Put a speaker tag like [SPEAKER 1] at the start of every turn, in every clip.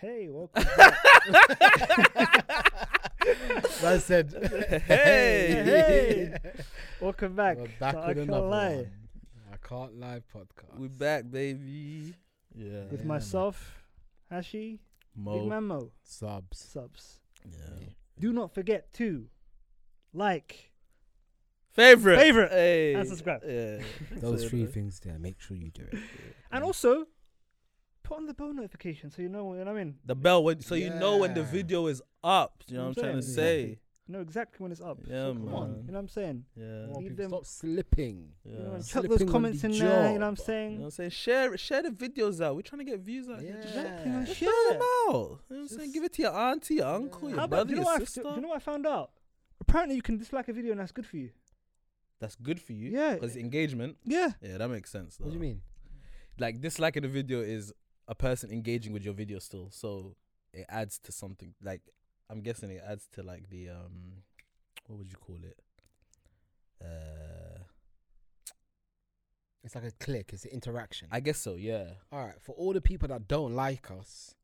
[SPEAKER 1] Hey, welcome. back.
[SPEAKER 2] I said,
[SPEAKER 1] Hey.
[SPEAKER 2] hey,
[SPEAKER 1] welcome back.
[SPEAKER 2] We're
[SPEAKER 1] to
[SPEAKER 2] back
[SPEAKER 1] I
[SPEAKER 2] with
[SPEAKER 1] Can't
[SPEAKER 2] another
[SPEAKER 1] Lie
[SPEAKER 2] one. I can't lie podcast.
[SPEAKER 3] We back, baby.
[SPEAKER 2] yeah,
[SPEAKER 1] with
[SPEAKER 2] yeah,
[SPEAKER 1] myself, Hashi,
[SPEAKER 2] man.
[SPEAKER 1] Big
[SPEAKER 2] Mo
[SPEAKER 1] Mamo,
[SPEAKER 2] subs.
[SPEAKER 1] subs.
[SPEAKER 2] Yeah.
[SPEAKER 1] Do not forget to like.
[SPEAKER 3] Favorite.
[SPEAKER 1] Favorite.
[SPEAKER 3] Hey.
[SPEAKER 1] And subscribe.
[SPEAKER 3] Yeah.
[SPEAKER 2] Those
[SPEAKER 3] So,
[SPEAKER 2] three
[SPEAKER 3] uh,
[SPEAKER 2] things there. Make sure you do it.
[SPEAKER 1] And also, put on the bell notification so you know when I'm in.
[SPEAKER 3] The bell when so you know when the
[SPEAKER 2] Yeah.
[SPEAKER 3] video is up. You know what I'm trying to say.
[SPEAKER 1] Exactly. You know exactly when it's up.
[SPEAKER 3] Yeah,
[SPEAKER 1] so come on.
[SPEAKER 3] man.
[SPEAKER 1] You know what I'm saying?
[SPEAKER 3] Yeah.
[SPEAKER 2] Come on,
[SPEAKER 1] Leave
[SPEAKER 2] people,
[SPEAKER 1] them-
[SPEAKER 2] Stop slipping.
[SPEAKER 3] Yeah.
[SPEAKER 1] You know, and
[SPEAKER 3] You
[SPEAKER 1] chuck those
[SPEAKER 2] Slipping on
[SPEAKER 1] comments
[SPEAKER 2] the
[SPEAKER 1] in there. You know what I'm
[SPEAKER 2] job.
[SPEAKER 3] know what
[SPEAKER 1] saying?
[SPEAKER 3] I'm saying? Share share the videos out. We're trying to get views out. here. Just
[SPEAKER 1] exactly, man.
[SPEAKER 2] Yeah.
[SPEAKER 3] Share them out. You know what I'm saying?
[SPEAKER 2] Just-
[SPEAKER 3] Give it to your auntie, your uncle,
[SPEAKER 2] Yeah.
[SPEAKER 3] your
[SPEAKER 1] How about,
[SPEAKER 3] brother,
[SPEAKER 1] do you, know
[SPEAKER 3] your
[SPEAKER 1] what I, do
[SPEAKER 3] sister.
[SPEAKER 1] you know what I found out? Apparently, you can dislike a video and that's good for you.
[SPEAKER 3] That's good for you.
[SPEAKER 1] Yeah.
[SPEAKER 3] Because engagement.
[SPEAKER 1] Yeah.
[SPEAKER 3] Yeah, that makes sense. Though.
[SPEAKER 2] What do you mean?
[SPEAKER 3] Like disliking a video is a person engaging with your video still, so it adds to something. Like I'm guessing it adds to like the um, what would you call it? Uh,
[SPEAKER 2] It's like a click. It's an interaction.
[SPEAKER 3] I guess so. Yeah.
[SPEAKER 2] all right. For all the people that don't like us,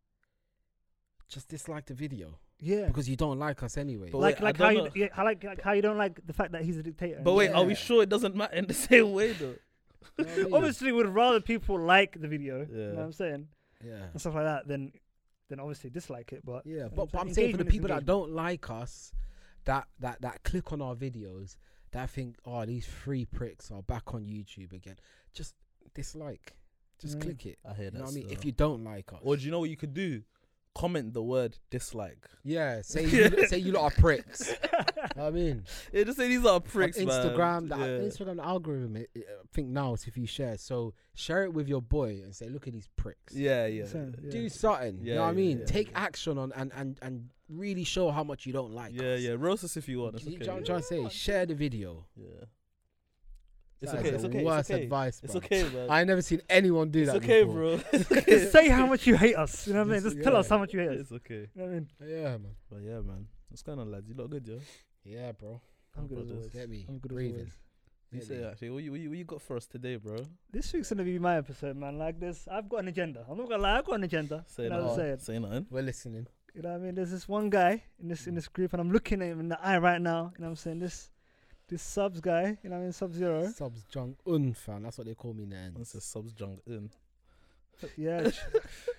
[SPEAKER 2] just dislike the video
[SPEAKER 1] Yeah.
[SPEAKER 2] because you don't like us anyway.
[SPEAKER 3] But
[SPEAKER 1] like
[SPEAKER 3] wait, I
[SPEAKER 1] like
[SPEAKER 3] don't
[SPEAKER 1] how you
[SPEAKER 3] know.
[SPEAKER 1] yeah, I like like how you don't like the fact that he's a dictator. and
[SPEAKER 3] But wait, are
[SPEAKER 2] Yeah.
[SPEAKER 3] we sure it doesn't matter in the same way though?
[SPEAKER 2] You know what I mean?
[SPEAKER 1] obviously would rather people like the video. You know
[SPEAKER 3] Yeah.
[SPEAKER 1] what I'm saying?
[SPEAKER 2] yeah.
[SPEAKER 1] And stuff like that than than obviously dislike it. But
[SPEAKER 2] Yeah,
[SPEAKER 1] and
[SPEAKER 2] but,
[SPEAKER 1] it's
[SPEAKER 2] but
[SPEAKER 1] like
[SPEAKER 2] I'm saying for the
[SPEAKER 1] engagement is
[SPEAKER 2] people that
[SPEAKER 1] engagement.
[SPEAKER 2] don't like us, that that that click on our videos, that think, oh, these three pricks are back on YouTube again. Just dislike. Just
[SPEAKER 1] Mm.
[SPEAKER 2] click it.
[SPEAKER 3] I hear
[SPEAKER 2] You
[SPEAKER 3] that.
[SPEAKER 2] know what I mean?
[SPEAKER 3] still.
[SPEAKER 2] If you don't like us,
[SPEAKER 3] or do you know what you could do? Comment the word dislike.
[SPEAKER 2] yeah, say you, lo- say you lot are pricks. Know what I mean,
[SPEAKER 3] Yeah, just say these are pricks.
[SPEAKER 2] on
[SPEAKER 3] man.
[SPEAKER 2] Instagram, that
[SPEAKER 3] Yeah.
[SPEAKER 2] Instagram algorithm, it, it, I think now it's if you share. So share it with your boy and say, look at these pricks.
[SPEAKER 3] Yeah, yeah.
[SPEAKER 1] So,
[SPEAKER 3] yeah.
[SPEAKER 2] Do something. you
[SPEAKER 3] Yeah,
[SPEAKER 2] know what I
[SPEAKER 3] yeah,
[SPEAKER 2] mean?
[SPEAKER 3] yeah,
[SPEAKER 2] Take
[SPEAKER 3] yeah.
[SPEAKER 2] action on and and and really show how much you don't like.
[SPEAKER 3] Yeah,
[SPEAKER 2] us.
[SPEAKER 3] yeah. Roast us if you want. It's
[SPEAKER 2] You- you know what I'm
[SPEAKER 3] okay.
[SPEAKER 2] trying to say? Share the video.
[SPEAKER 3] Yeah. It's
[SPEAKER 2] That
[SPEAKER 3] okay.
[SPEAKER 2] is
[SPEAKER 3] It's
[SPEAKER 2] the
[SPEAKER 3] okay.
[SPEAKER 2] Worst
[SPEAKER 3] it's okay.
[SPEAKER 2] advice.
[SPEAKER 3] It's
[SPEAKER 2] bro.
[SPEAKER 3] okay, man.
[SPEAKER 2] I ain't never seen anyone do
[SPEAKER 3] it's
[SPEAKER 2] that.
[SPEAKER 3] okay,
[SPEAKER 2] before.
[SPEAKER 3] bro.
[SPEAKER 1] Just say how much you hate us. You know what I mean?
[SPEAKER 2] Just-
[SPEAKER 1] Just tell us
[SPEAKER 2] yeah.
[SPEAKER 1] how much you hate us.
[SPEAKER 3] it's okay.
[SPEAKER 1] You know what I mean?
[SPEAKER 2] Yeah, man.
[SPEAKER 3] But yeah, man. What's going on, lads? You look good, yo.
[SPEAKER 2] Yeah, bro.
[SPEAKER 1] I'm good as
[SPEAKER 3] brothers.
[SPEAKER 1] always.
[SPEAKER 2] Get me.
[SPEAKER 1] I'm good as
[SPEAKER 2] breathing.
[SPEAKER 1] always.
[SPEAKER 3] You
[SPEAKER 2] Get
[SPEAKER 3] say
[SPEAKER 2] me.
[SPEAKER 3] actually, what you, what, you, what you got for us today, bro?
[SPEAKER 1] This week's gonna be my episode, man. Like this, I've got an agenda. I'm not gonna lie, I've got an agenda.
[SPEAKER 3] Say
[SPEAKER 1] you know what I'm
[SPEAKER 3] nothing.
[SPEAKER 1] saying?
[SPEAKER 3] Say nothing.
[SPEAKER 2] We're listening.
[SPEAKER 1] You know what I mean? There's this one guy in
[SPEAKER 2] Mm.
[SPEAKER 1] this in this group, and I'm looking at him in the eye right now. You know what I'm saying? This this subs guy, you know what I mean? Sub Zero.
[SPEAKER 2] Subs Jung Un fan. That's what they call me now.
[SPEAKER 3] This is subs junk mm. in.
[SPEAKER 1] Yeah,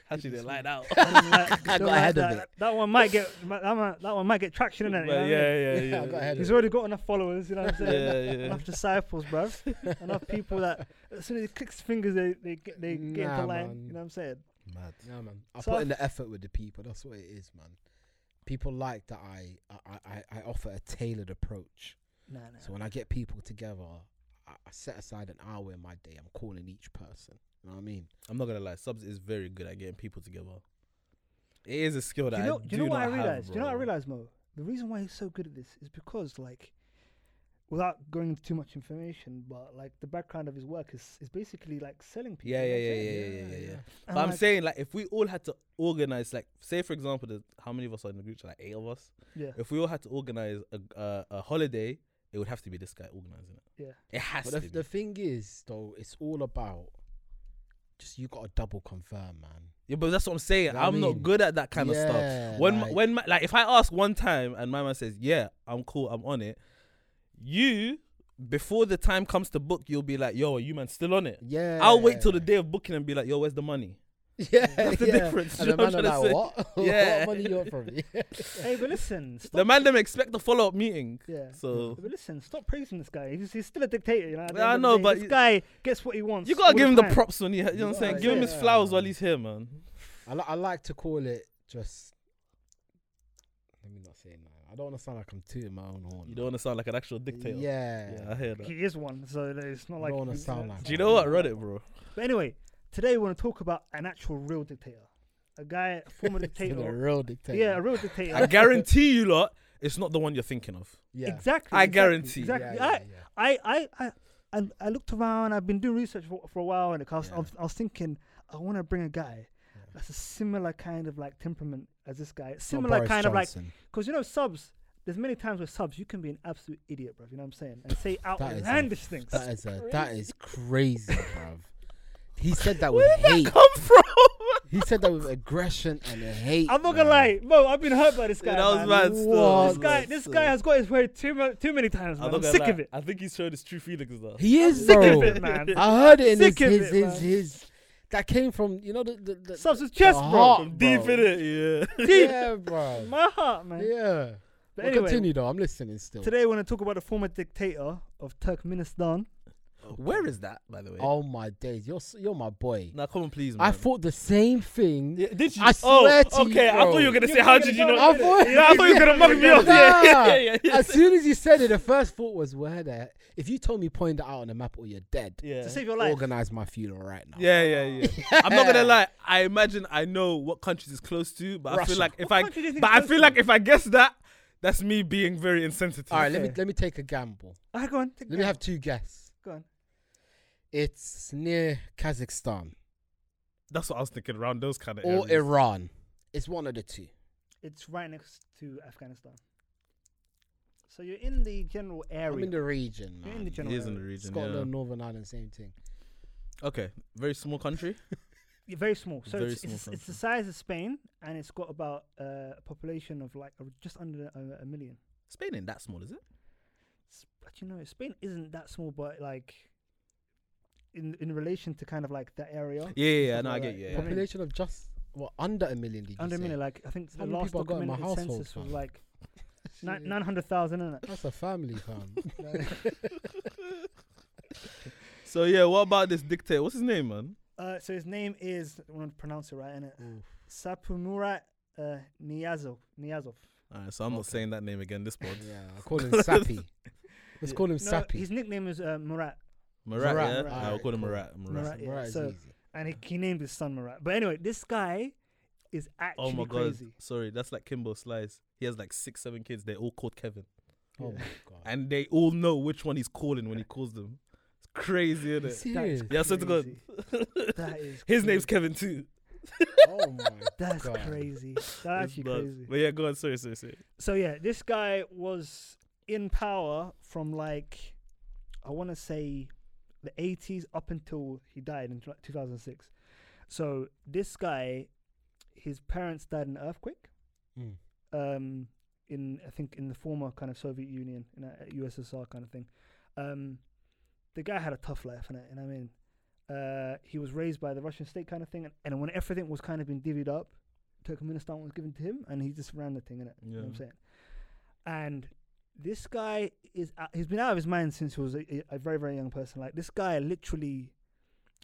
[SPEAKER 3] Actually, they lied out.
[SPEAKER 1] I
[SPEAKER 2] got ahead of
[SPEAKER 1] that,
[SPEAKER 2] it.
[SPEAKER 1] That one might get that one, that one might get traction in it.
[SPEAKER 3] But
[SPEAKER 1] You know
[SPEAKER 3] yeah,
[SPEAKER 1] what I mean?
[SPEAKER 3] yeah, yeah.
[SPEAKER 2] Yeah, I got ahead of
[SPEAKER 1] He's
[SPEAKER 2] it.
[SPEAKER 1] already got enough followers. You know what I'm
[SPEAKER 3] yeah,
[SPEAKER 1] saying?
[SPEAKER 3] yeah.
[SPEAKER 1] Enough disciples, bruv. enough people that as soon as he clicks fingers, they they get they get into
[SPEAKER 2] Nah,
[SPEAKER 1] line. You
[SPEAKER 2] man.
[SPEAKER 1] know what I'm saying?
[SPEAKER 3] Mad.
[SPEAKER 2] No, man. I
[SPEAKER 1] So
[SPEAKER 2] put
[SPEAKER 1] I-
[SPEAKER 2] in the effort with the people. That's what it is, man. People like that I I, I, I offer a tailored approach.
[SPEAKER 1] Nah, nah.
[SPEAKER 2] So when I get people together, I, I set aside an hour in my day. I'm calling each person. You know what I mean?
[SPEAKER 3] I'm not gonna lie. Subs is very good at getting people together. It is a skill that
[SPEAKER 1] do you know,
[SPEAKER 3] I
[SPEAKER 1] do
[SPEAKER 3] do
[SPEAKER 1] you know what I
[SPEAKER 3] not have,
[SPEAKER 1] realized? do you know what I
[SPEAKER 3] bro.
[SPEAKER 1] realized, Mo? The reason why he's so good at this is because, like, without going into too much information, but like the background of his work is is basically like selling people.
[SPEAKER 3] Yeah,
[SPEAKER 1] you know
[SPEAKER 3] yeah,
[SPEAKER 1] what I'm
[SPEAKER 3] yeah,
[SPEAKER 1] saying?
[SPEAKER 3] yeah, yeah, yeah, yeah.
[SPEAKER 2] Yeah, yeah.
[SPEAKER 1] And
[SPEAKER 3] But I'm
[SPEAKER 1] like,
[SPEAKER 3] saying, like, if we all had to organize, like, say for example, the, how many of us are in the group? Like eight of us.
[SPEAKER 1] yeah,
[SPEAKER 3] If we all had to organize a uh, a holiday, it would have to be this guy organizing it.
[SPEAKER 1] yeah,
[SPEAKER 3] It has
[SPEAKER 2] But the,
[SPEAKER 3] to.
[SPEAKER 2] the
[SPEAKER 3] be.
[SPEAKER 2] thing is, though, it's all about just you got to double confirm, man.
[SPEAKER 3] Yeah, but that's what I'm saying.
[SPEAKER 2] You know what I
[SPEAKER 3] I'm not
[SPEAKER 2] mean?
[SPEAKER 3] good at that kind of stuff.
[SPEAKER 2] Yeah,
[SPEAKER 3] When
[SPEAKER 2] like-
[SPEAKER 3] like, when my, like if I ask one time and my man says, "Yeah, I'm cool, I'm on it," you before the time comes to book, you'll be like, "Yo, are you man still on it?"
[SPEAKER 2] Yeah.
[SPEAKER 3] I'll wait till the day of booking and be like, "Yo, where's the money?"
[SPEAKER 2] Yeah.
[SPEAKER 3] That's the
[SPEAKER 2] yeah.
[SPEAKER 3] difference,
[SPEAKER 2] And
[SPEAKER 3] you
[SPEAKER 2] the
[SPEAKER 3] know what
[SPEAKER 2] man are
[SPEAKER 3] I'm
[SPEAKER 2] like,
[SPEAKER 3] trying
[SPEAKER 2] what?
[SPEAKER 3] Yeah.
[SPEAKER 2] what money you want from me?
[SPEAKER 1] Hey, but listen, stop,
[SPEAKER 3] The man them expect a follow up meeting.
[SPEAKER 1] yeah.
[SPEAKER 3] So
[SPEAKER 1] But listen, stop praising this guy. He's, he's still a dictator. You know, at the
[SPEAKER 3] Yeah, I
[SPEAKER 1] end of the
[SPEAKER 3] know,
[SPEAKER 1] day,
[SPEAKER 3] but
[SPEAKER 1] this
[SPEAKER 3] you-
[SPEAKER 1] guy gets what he wants.
[SPEAKER 3] you gotta
[SPEAKER 1] all
[SPEAKER 3] give him the
[SPEAKER 1] time.
[SPEAKER 3] props when he, ha- you know what I'm saying.
[SPEAKER 2] Yeah,
[SPEAKER 3] Give him his
[SPEAKER 2] yeah,
[SPEAKER 3] flowers while
[SPEAKER 2] man.
[SPEAKER 3] he's here, man.
[SPEAKER 2] I, li- I like to call it just. Let me not say that. I don't want to sound like I'm tooting my own horn.
[SPEAKER 3] You don't want to sound like an actual dictator.
[SPEAKER 2] Yeah.
[SPEAKER 3] yeah, I hear that.
[SPEAKER 1] He is one, so it's not
[SPEAKER 2] I
[SPEAKER 1] like.
[SPEAKER 2] don't wanna
[SPEAKER 1] he's-
[SPEAKER 2] sound like
[SPEAKER 3] Do you know what? Reddit, bro.
[SPEAKER 1] But anyway, today we want to talk about an actual real dictator, a guy, a former
[SPEAKER 2] To the
[SPEAKER 1] dictator.
[SPEAKER 2] real dictator.
[SPEAKER 1] Yeah, a real dictator.
[SPEAKER 3] I guarantee you lot, it's not the one you're thinking of.
[SPEAKER 2] Yeah.
[SPEAKER 1] Exactly.
[SPEAKER 3] I
[SPEAKER 1] exactly,
[SPEAKER 3] guarantee.
[SPEAKER 2] Yeah,
[SPEAKER 1] Exactly.
[SPEAKER 2] yeah, yeah.
[SPEAKER 1] I, I, I, I, and I looked around. I've been doing research for, for a while, and I was, I
[SPEAKER 2] Yeah.
[SPEAKER 1] was, I was thinking, I want to bring a guy
[SPEAKER 2] Yeah.
[SPEAKER 1] that's a similar kind of like temperament as this guy.
[SPEAKER 2] It's not
[SPEAKER 1] Similar
[SPEAKER 2] Boris
[SPEAKER 1] kind of like,
[SPEAKER 2] Johnson.
[SPEAKER 1] because you know subs. There's many times where subs you can be an absolute idiot, bro. You know what I'm saying? And say
[SPEAKER 2] is a-
[SPEAKER 1] outlandish things.
[SPEAKER 2] That is a, that is crazy, bruv. He said that with hate.
[SPEAKER 3] Come from
[SPEAKER 2] He said that with aggression and hate.
[SPEAKER 1] I'm not gonna
[SPEAKER 2] man.
[SPEAKER 1] lie, bro. I've been hurt by this guy.
[SPEAKER 3] Yeah, that was
[SPEAKER 1] man.
[SPEAKER 3] mad still.
[SPEAKER 2] What?
[SPEAKER 1] This guy, this guy has got his way too mu- too many times, man. I'm, sick of it.
[SPEAKER 3] I think he's showed his true feelings though.
[SPEAKER 2] He is
[SPEAKER 1] Sick of
[SPEAKER 2] bro.
[SPEAKER 1] it, man.
[SPEAKER 2] I heard it in his
[SPEAKER 1] Sick of
[SPEAKER 2] his,
[SPEAKER 1] it,
[SPEAKER 2] his,
[SPEAKER 1] man.
[SPEAKER 2] his that came from you know the the, the
[SPEAKER 1] Substance chest, bro.
[SPEAKER 2] the heart,
[SPEAKER 3] Deep
[SPEAKER 2] bro.
[SPEAKER 3] in it, yeah.
[SPEAKER 1] Deep.
[SPEAKER 2] Yeah, bro.
[SPEAKER 1] My heart, man.
[SPEAKER 2] Yeah.
[SPEAKER 1] But
[SPEAKER 2] Well,
[SPEAKER 1] anyway,
[SPEAKER 2] continue though. I'm listening still.
[SPEAKER 1] today we're gonna talk about the former dictator of Turkmenistan.
[SPEAKER 3] Where is that, by the way?
[SPEAKER 2] Oh my days, you're s- you're my boy.
[SPEAKER 3] Now come on, please, man.
[SPEAKER 2] I thought the same thing.
[SPEAKER 3] Yeah, did you?
[SPEAKER 2] I swear to
[SPEAKER 3] oh,
[SPEAKER 2] you,
[SPEAKER 3] okay. I
[SPEAKER 2] bro.
[SPEAKER 3] thought you were gonna say, "How did you know?"
[SPEAKER 2] I thought-
[SPEAKER 3] Yeah, I thought you were gonna mug me off. Yeah, yeah, yeah, yeah, yeah.
[SPEAKER 2] As soon as you said it, the first thought was, "Where the? If you told me point that out on the map or you're dead,
[SPEAKER 3] Yeah.
[SPEAKER 1] To save your life.
[SPEAKER 2] organize my funeral right now."
[SPEAKER 3] Yeah, yeah, yeah. I'm not gonna lie. I imagine I know what countries it's close to, but I
[SPEAKER 2] Russia.
[SPEAKER 3] feel like if
[SPEAKER 1] What
[SPEAKER 3] I,
[SPEAKER 1] country do you think
[SPEAKER 3] but
[SPEAKER 1] it's
[SPEAKER 3] I
[SPEAKER 1] close
[SPEAKER 3] feel
[SPEAKER 1] to?
[SPEAKER 3] like if I guess that, that's me being very insensitive.
[SPEAKER 2] All right, let me
[SPEAKER 1] Okay.
[SPEAKER 2] let me take a gamble.
[SPEAKER 1] Ah, go on. Take
[SPEAKER 2] Let
[SPEAKER 1] that.
[SPEAKER 2] me have two guess.
[SPEAKER 1] Go on.
[SPEAKER 2] It's near Kazakhstan
[SPEAKER 3] That's what I was thinking around those kind of.
[SPEAKER 2] or
[SPEAKER 3] areas.
[SPEAKER 2] Iran. It's one of the two.
[SPEAKER 1] It's right next to Afghanistan. So you're in the general area.
[SPEAKER 2] I'm in the region.
[SPEAKER 1] You're in the
[SPEAKER 2] man.
[SPEAKER 1] general
[SPEAKER 3] He is in the
[SPEAKER 1] area.
[SPEAKER 3] region.
[SPEAKER 2] Scotland,
[SPEAKER 3] yeah.
[SPEAKER 2] Northern Ireland, same thing.
[SPEAKER 3] Okay, very small country.
[SPEAKER 1] Yeah, very small. So
[SPEAKER 3] Very
[SPEAKER 1] it's, it's,
[SPEAKER 3] small
[SPEAKER 1] it's the
[SPEAKER 3] country.
[SPEAKER 1] size of Spain, and it's got about uh, a population of like uh, just under a, a million.
[SPEAKER 3] Spain ain't that small, is it?
[SPEAKER 1] S- But you know, Spain isn't that small, but like in in relation to kind of like that area,
[SPEAKER 3] Yeah, yeah, yeah.
[SPEAKER 1] Something
[SPEAKER 3] No, I
[SPEAKER 1] like
[SPEAKER 3] get
[SPEAKER 1] that.
[SPEAKER 3] you.
[SPEAKER 1] Yeah.
[SPEAKER 3] Yeah.
[SPEAKER 2] Population of just what under a million. Did you
[SPEAKER 1] under a
[SPEAKER 2] say?
[SPEAKER 1] million. Like I think
[SPEAKER 2] How
[SPEAKER 1] the
[SPEAKER 2] many
[SPEAKER 1] last
[SPEAKER 2] people I got in my
[SPEAKER 1] documented
[SPEAKER 2] household,
[SPEAKER 1] census was
[SPEAKER 2] fam?
[SPEAKER 1] like
[SPEAKER 2] Shit.
[SPEAKER 1] ni- nine hundred thousand, isn't it?
[SPEAKER 2] That's a family, fam.
[SPEAKER 3] So yeah, what about this dictator? What's his name, man?
[SPEAKER 1] Uh, so his name is I want to pronounce it right, innit? Sapumurat uh, Niyazov. Niyazov.
[SPEAKER 3] All right, so I'm not
[SPEAKER 2] Okay.
[SPEAKER 3] saying that name again. This pod.
[SPEAKER 2] yeah, I call him Sappy. Let's call him
[SPEAKER 1] No,
[SPEAKER 2] Sappy.
[SPEAKER 1] his nickname is uh, Murat,
[SPEAKER 2] Marat,
[SPEAKER 3] Marat, yeah.
[SPEAKER 1] Marat.
[SPEAKER 3] Alright, I'll call him
[SPEAKER 2] Cool.
[SPEAKER 3] Marat. Marat.
[SPEAKER 1] Murat, yeah.
[SPEAKER 2] Right, it's
[SPEAKER 1] So-
[SPEAKER 2] easy.
[SPEAKER 1] and he, he named his son Murat. But anyway, this guy is actually
[SPEAKER 3] Oh my
[SPEAKER 1] crazy.
[SPEAKER 3] god, sorry, that's like Kimbo Slice. He has like six, seven kids. They're all called Kevin,
[SPEAKER 2] Oh
[SPEAKER 1] Yeah.
[SPEAKER 2] my
[SPEAKER 3] and they all know which one he's calling when he calls them. It's crazy,
[SPEAKER 2] god.
[SPEAKER 3] isn't it?
[SPEAKER 2] Serious.
[SPEAKER 3] Yeah, I swear to God.
[SPEAKER 1] That is
[SPEAKER 3] His name's
[SPEAKER 1] crazy.
[SPEAKER 3] Kevin too.
[SPEAKER 2] Oh my
[SPEAKER 1] That's
[SPEAKER 2] God.
[SPEAKER 1] crazy. That's actually
[SPEAKER 3] But-
[SPEAKER 1] crazy.
[SPEAKER 3] But yeah, go on. Sorry, sorry, sorry.
[SPEAKER 1] So yeah, this guy was in power from like I want to say the 80s up until he died in like 2006. So this guy, his parents died in an earthquake.
[SPEAKER 2] Mm.
[SPEAKER 1] um, in I think in the former kind of Soviet Union, in a USSR kind of thing. Um, the guy had a tough life, and I mean, uh, he was raised by the Russian state kind of thing, and, and when everything was kind of being divvied up, Turkmenistan was given to him, and he just ran the thing, innit? You know what I'm
[SPEAKER 3] Yeah.
[SPEAKER 1] saying? And this guy is out, he's been out of his mind since he was a, a- a very very young person. Like this guy literally.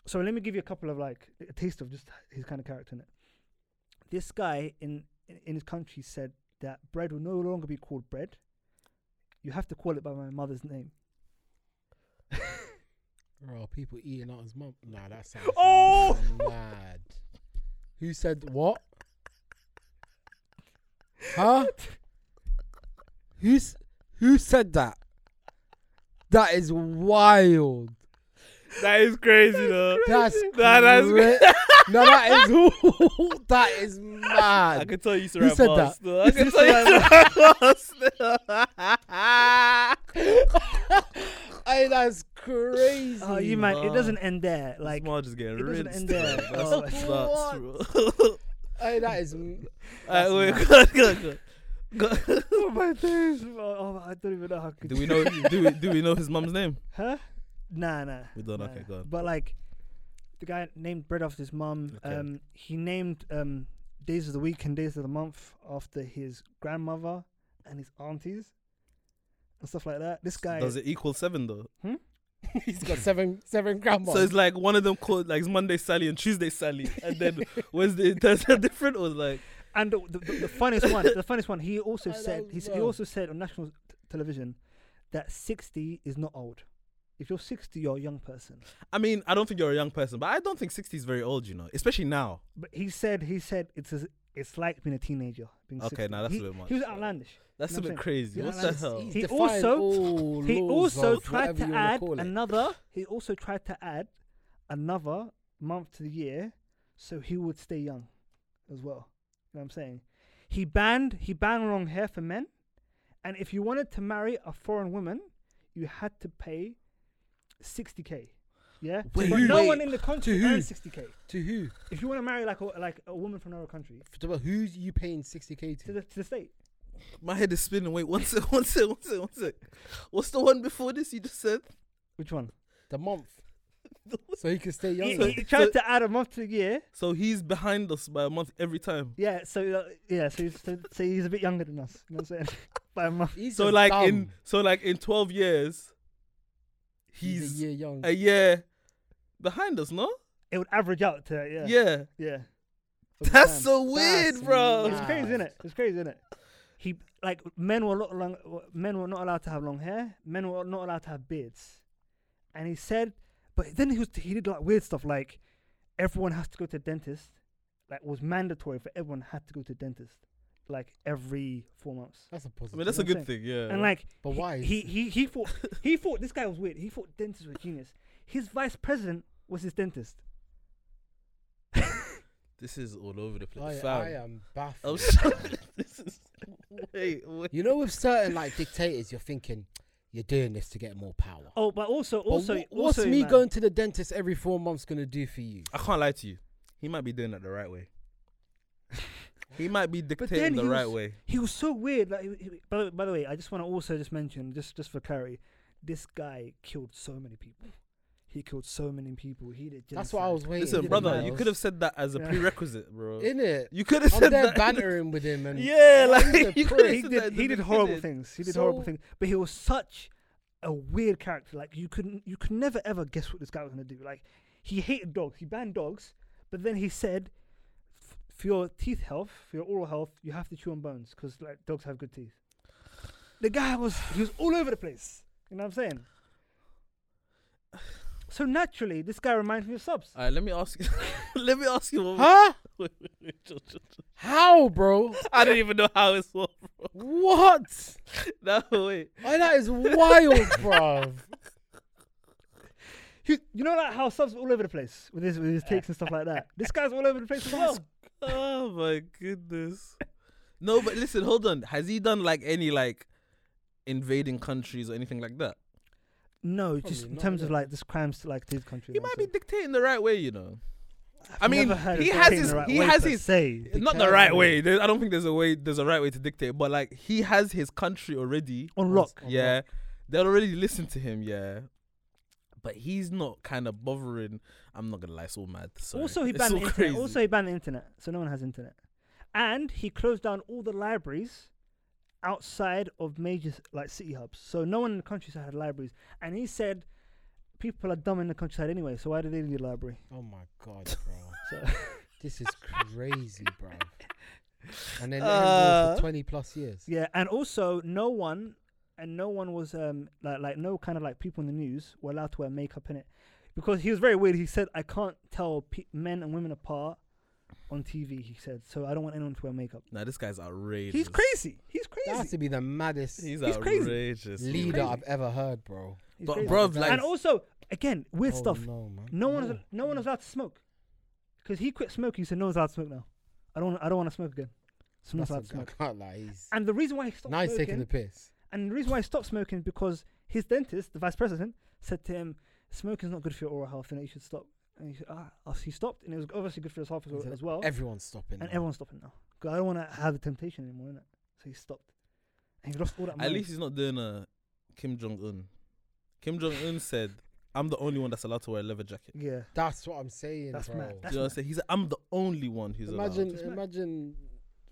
[SPEAKER 1] So let me give you a couple of like a taste of just his kind of character in it. This guy in in his country said that bread will no longer be called bread. You have to call it by my mother's name.
[SPEAKER 2] Bro, people eating out his mum. Nah, that sounds
[SPEAKER 1] Oh!
[SPEAKER 2] mad. Who said what? Huh? Who's who said that? That is wild.
[SPEAKER 3] That is crazy, though.
[SPEAKER 2] That's
[SPEAKER 3] Nah, that's
[SPEAKER 2] cra- no, that is that is mad.
[SPEAKER 3] I can tell you, sir.
[SPEAKER 2] Who said that?
[SPEAKER 3] I can tell you,
[SPEAKER 2] Hey, that's crazy.
[SPEAKER 1] Oh, you man, it
[SPEAKER 3] wow.
[SPEAKER 1] doesn't end there. Like
[SPEAKER 3] Marge is getting
[SPEAKER 1] it doesn't
[SPEAKER 3] rinsed.
[SPEAKER 1] end there.
[SPEAKER 3] bro.
[SPEAKER 1] Oh,
[SPEAKER 3] That's
[SPEAKER 2] my
[SPEAKER 3] nuts, bro.
[SPEAKER 2] Hey, that is. m-
[SPEAKER 3] Alright, wait,
[SPEAKER 2] That's
[SPEAKER 3] go on, go on, go on. Go-
[SPEAKER 1] oh my days, oh, I don't even know how. I could
[SPEAKER 3] do we know? Do we, do we know his mum's name?
[SPEAKER 1] Huh? Nah, nah.
[SPEAKER 3] We don't.
[SPEAKER 1] nah,
[SPEAKER 3] Okay,
[SPEAKER 1] nah.
[SPEAKER 3] go on.
[SPEAKER 1] But like, the guy named bread after his mum.
[SPEAKER 3] Okay.
[SPEAKER 1] Um, he named um days of the week and days of the month after his grandmother and his aunties and stuff like that. This guy,
[SPEAKER 3] Does it equal seven though?
[SPEAKER 2] He's got seven seven grandmas.
[SPEAKER 3] So it's like one of them called like Monday Sally and Tuesday Sally, and then Wednesday and Thursday different, or like
[SPEAKER 1] and the, the, the funniest one, the funniest one. He also
[SPEAKER 2] I
[SPEAKER 1] said
[SPEAKER 2] love
[SPEAKER 1] he, s- he
[SPEAKER 2] Bro.
[SPEAKER 1] also said on national t- television that sixty is not old. If you're sixty, you're a young person.
[SPEAKER 3] I mean, I don't think you're a young person, but I don't think sixty is very old, you know, especially now.
[SPEAKER 1] But he said he said it's as it's like being a teenager. Being
[SPEAKER 3] Okay,
[SPEAKER 1] 60.
[SPEAKER 3] now that's a
[SPEAKER 1] He-
[SPEAKER 3] bit
[SPEAKER 1] He was
[SPEAKER 3] much, uh,
[SPEAKER 1] outlandish.
[SPEAKER 3] That's
[SPEAKER 1] You know
[SPEAKER 3] a
[SPEAKER 1] what I'm
[SPEAKER 3] bit crazy.
[SPEAKER 1] Yeah,
[SPEAKER 3] What the
[SPEAKER 1] like-
[SPEAKER 3] hell?
[SPEAKER 1] He also- He also tried
[SPEAKER 2] tried
[SPEAKER 1] to add another. He also tried to add another month to the year, so he would stay young, as well. You know what I'm saying? He banned he banned long hair for men, and if you wanted to marry a foreign woman, you had to pay sixty k. Yeah,
[SPEAKER 2] Wait,
[SPEAKER 1] but
[SPEAKER 2] who-
[SPEAKER 1] no
[SPEAKER 2] wait,
[SPEAKER 1] one in the country
[SPEAKER 2] who?
[SPEAKER 1] earns 60k.
[SPEAKER 2] To who?
[SPEAKER 1] If you want to marry like a, like a woman from another country
[SPEAKER 2] To who you paying 60k
[SPEAKER 1] to
[SPEAKER 2] to?
[SPEAKER 1] the to the state,
[SPEAKER 3] My head is spinning. Wait, one sec, one sec, one sec, one sec. What's the one before this you just said?
[SPEAKER 1] which one?
[SPEAKER 2] The month. so he can stay
[SPEAKER 1] He,
[SPEAKER 2] younger.
[SPEAKER 1] he tried to add a month to the year.
[SPEAKER 3] So he's behind us by a month every time.
[SPEAKER 1] Yeah, so uh, yeah, so he's, so, so he's a bit younger than us. You know what I'm saying? um, By a month.
[SPEAKER 2] He's
[SPEAKER 3] so
[SPEAKER 2] just
[SPEAKER 3] like
[SPEAKER 2] dumb.
[SPEAKER 3] in so like in twelve years,
[SPEAKER 2] he's,
[SPEAKER 3] he's,
[SPEAKER 2] a year young.
[SPEAKER 3] a year behind us. No,
[SPEAKER 1] It would average out to yeah.
[SPEAKER 3] yeah.
[SPEAKER 1] yeah.
[SPEAKER 3] That's so weird,
[SPEAKER 2] That's
[SPEAKER 3] bro.
[SPEAKER 1] It's crazy, isn't it? It's crazy, isn't it? He like men were not long, men were not allowed to have long hair. Men were not allowed to have beards. And he said, but then he was he did like weird stuff like everyone has to go to dentist. Like was mandatory for everyone had to go to dentist, like every four months.
[SPEAKER 2] That's a
[SPEAKER 3] I
[SPEAKER 2] positive.
[SPEAKER 3] mean, that's a
[SPEAKER 1] what I'm
[SPEAKER 3] good thing. Yeah.
[SPEAKER 1] And like,
[SPEAKER 2] But
[SPEAKER 1] he-
[SPEAKER 2] why?
[SPEAKER 1] He he he thought he thought this guy was weird. He thought dentists were genius. His vice president was his dentist.
[SPEAKER 3] this is all over the
[SPEAKER 2] I,
[SPEAKER 3] place.
[SPEAKER 2] I
[SPEAKER 3] Fam. Oh,
[SPEAKER 2] am
[SPEAKER 3] I'm
[SPEAKER 2] baffled.
[SPEAKER 3] sorry. this is wait, wait.
[SPEAKER 2] you know, with certain like dictators, you're thinking you're doing this to get more power.
[SPEAKER 1] Oh, but also
[SPEAKER 2] But
[SPEAKER 1] also
[SPEAKER 2] wh- what's
[SPEAKER 1] also,
[SPEAKER 2] me
[SPEAKER 1] man,
[SPEAKER 2] going to the dentist every four months gonna do for you?
[SPEAKER 3] I can't lie to you. He might be doing it the right way. he might be
[SPEAKER 1] then
[SPEAKER 3] dictating the
[SPEAKER 1] he
[SPEAKER 3] right
[SPEAKER 1] was-
[SPEAKER 3] way.
[SPEAKER 1] He was so weird. Like, he- he- by, the- by the way, I just want to also just mention, just just for clarity, this guy killed so many people. He killed so many people. He did.
[SPEAKER 2] That's what I was waiting.
[SPEAKER 3] Listen,
[SPEAKER 2] for,
[SPEAKER 3] brother,
[SPEAKER 2] man.
[SPEAKER 3] you could have said that as a
[SPEAKER 1] Yeah.
[SPEAKER 3] prerequisette, bro.
[SPEAKER 2] in it.
[SPEAKER 3] Oh. you could have
[SPEAKER 2] I'm
[SPEAKER 3] said
[SPEAKER 2] there
[SPEAKER 3] that.
[SPEAKER 2] bantering with him, and
[SPEAKER 3] yeah,
[SPEAKER 2] Like, he's a
[SPEAKER 3] like you
[SPEAKER 2] prick.
[SPEAKER 3] could
[SPEAKER 1] He
[SPEAKER 3] have said that.
[SPEAKER 1] did.
[SPEAKER 3] at
[SPEAKER 1] He
[SPEAKER 3] the
[SPEAKER 1] did horrible
[SPEAKER 3] beginning.
[SPEAKER 1] things. He did horrible
[SPEAKER 2] So-
[SPEAKER 1] things. But he was such a weird character. Like you couldn't, you could never ever guess what this guy was gonna do. Like he hated dogs. He banned dogs. But then he said, "F- for your teeth health, for your oral health, you have to chew on bones because like dogs have good teeth. The guy was he was all over the place. You know what I'm saying? So naturally, this guy reminds me of Subs.
[SPEAKER 3] All right, let me ask you. let me ask you. One
[SPEAKER 2] huh?
[SPEAKER 3] wait, wait, wait, just- just- just-
[SPEAKER 2] How, bro?
[SPEAKER 3] I don't even know how it's all.
[SPEAKER 2] What?
[SPEAKER 3] No, wait.
[SPEAKER 2] Oh, that is wild, bro.
[SPEAKER 1] He, you know like how Subs was all over the place with his with his takes and stuff like that. This guy's all over the place as well.
[SPEAKER 3] Oh my goodness. No, but listen, hold on. Has he done like any like invading countries or anything like that?
[SPEAKER 1] No, just
[SPEAKER 2] Probably
[SPEAKER 1] in
[SPEAKER 2] not,
[SPEAKER 1] terms
[SPEAKER 2] innit?
[SPEAKER 1] of like this crimes to like this country.
[SPEAKER 3] He
[SPEAKER 1] and all
[SPEAKER 3] might be
[SPEAKER 1] that.
[SPEAKER 3] dictating the right way, you know. I
[SPEAKER 1] I've
[SPEAKER 3] mean,
[SPEAKER 1] never heard
[SPEAKER 3] he
[SPEAKER 1] of
[SPEAKER 3] has
[SPEAKER 1] dictating
[SPEAKER 3] his
[SPEAKER 1] the right
[SPEAKER 3] he
[SPEAKER 1] way
[SPEAKER 3] has
[SPEAKER 1] per
[SPEAKER 3] his
[SPEAKER 1] se.
[SPEAKER 3] not the
[SPEAKER 2] Dictating.
[SPEAKER 3] right way. There, I don't think there's a way there's a right way to dictate, but like he has his country already.
[SPEAKER 1] on lock.
[SPEAKER 2] On
[SPEAKER 3] yeah. They'll already listen to him, yeah. But he's not kind of bothering. I'm not gonna lie, it's all mad. Sorry.
[SPEAKER 1] Also, he
[SPEAKER 3] It's
[SPEAKER 1] banned
[SPEAKER 3] all
[SPEAKER 1] the internet.
[SPEAKER 3] crazy.
[SPEAKER 1] Also, he banned the internet, so no one has internet. And he closed down all the libraries outside of major like city hubs, so no one in the countryside had libraries. And he said, people are dumb in the countryside anyway, so why do they need a library?
[SPEAKER 2] Oh my god, bro.
[SPEAKER 1] So
[SPEAKER 2] This is crazy, bro. And then let him rule
[SPEAKER 3] Uh,
[SPEAKER 2] for twenty plus years.
[SPEAKER 1] yeah, and also no one and no one was um like like no kind of like people in the news were allowed to wear makeup in it because he was very weird. He said, I can't tell pe- men and women apart on TV. He said, so I don't want anyone to wear makeup.
[SPEAKER 3] Nah, this guy's outrageous.
[SPEAKER 1] He's crazy. He's
[SPEAKER 2] That
[SPEAKER 1] crazy.
[SPEAKER 2] has to be the maddest
[SPEAKER 3] He's,
[SPEAKER 1] He's crazy.
[SPEAKER 3] outrageous. bro.
[SPEAKER 2] leader
[SPEAKER 1] crazy.
[SPEAKER 2] I've ever heard, bro.
[SPEAKER 1] He's
[SPEAKER 3] But
[SPEAKER 1] crazy.
[SPEAKER 3] bro,
[SPEAKER 2] Like-
[SPEAKER 3] like
[SPEAKER 1] and also again, weird
[SPEAKER 2] Oh,
[SPEAKER 1] stuff.
[SPEAKER 2] No, man.
[SPEAKER 1] No one, was, no one was allowed to smoke because he quit smoking. He said, "No one's allowed to smoke now. I don't, I don't want to smoke again. So no one's
[SPEAKER 2] That's a,
[SPEAKER 1] allowed to
[SPEAKER 2] g-
[SPEAKER 1] smoke."
[SPEAKER 2] I can't lie. He's
[SPEAKER 1] And the reason why he stopped
[SPEAKER 2] now he's
[SPEAKER 1] smoking,
[SPEAKER 2] taking the piss.
[SPEAKER 1] and the reason why he stopped smoking is because his dentist, the vice president, said to him, "Smoking's not good for your oral health, and you should stop." And he, said, ah, so he stopped, and it was obviously good for his health as well.
[SPEAKER 2] He's
[SPEAKER 1] As well.
[SPEAKER 2] Everyone's stopping.
[SPEAKER 1] Oh. and
[SPEAKER 2] now.
[SPEAKER 1] everyone's stopping now. 'Cause I don't want to have the temptation anymore, innit? So he stopped, and he lost all that money.
[SPEAKER 3] At least he's not doing a Kim Jong Un. Kim Jong Un said, "I'm the only one that's allowed to wear a leather jacket."
[SPEAKER 1] yeah.
[SPEAKER 2] That's what I'm saying,
[SPEAKER 1] That's
[SPEAKER 2] bro.
[SPEAKER 1] mad.
[SPEAKER 3] Do
[SPEAKER 1] That's
[SPEAKER 3] you know what I'm saying? He's, I'm the only one who's
[SPEAKER 2] imagine,
[SPEAKER 3] allowed.
[SPEAKER 1] That's mad.
[SPEAKER 2] imagine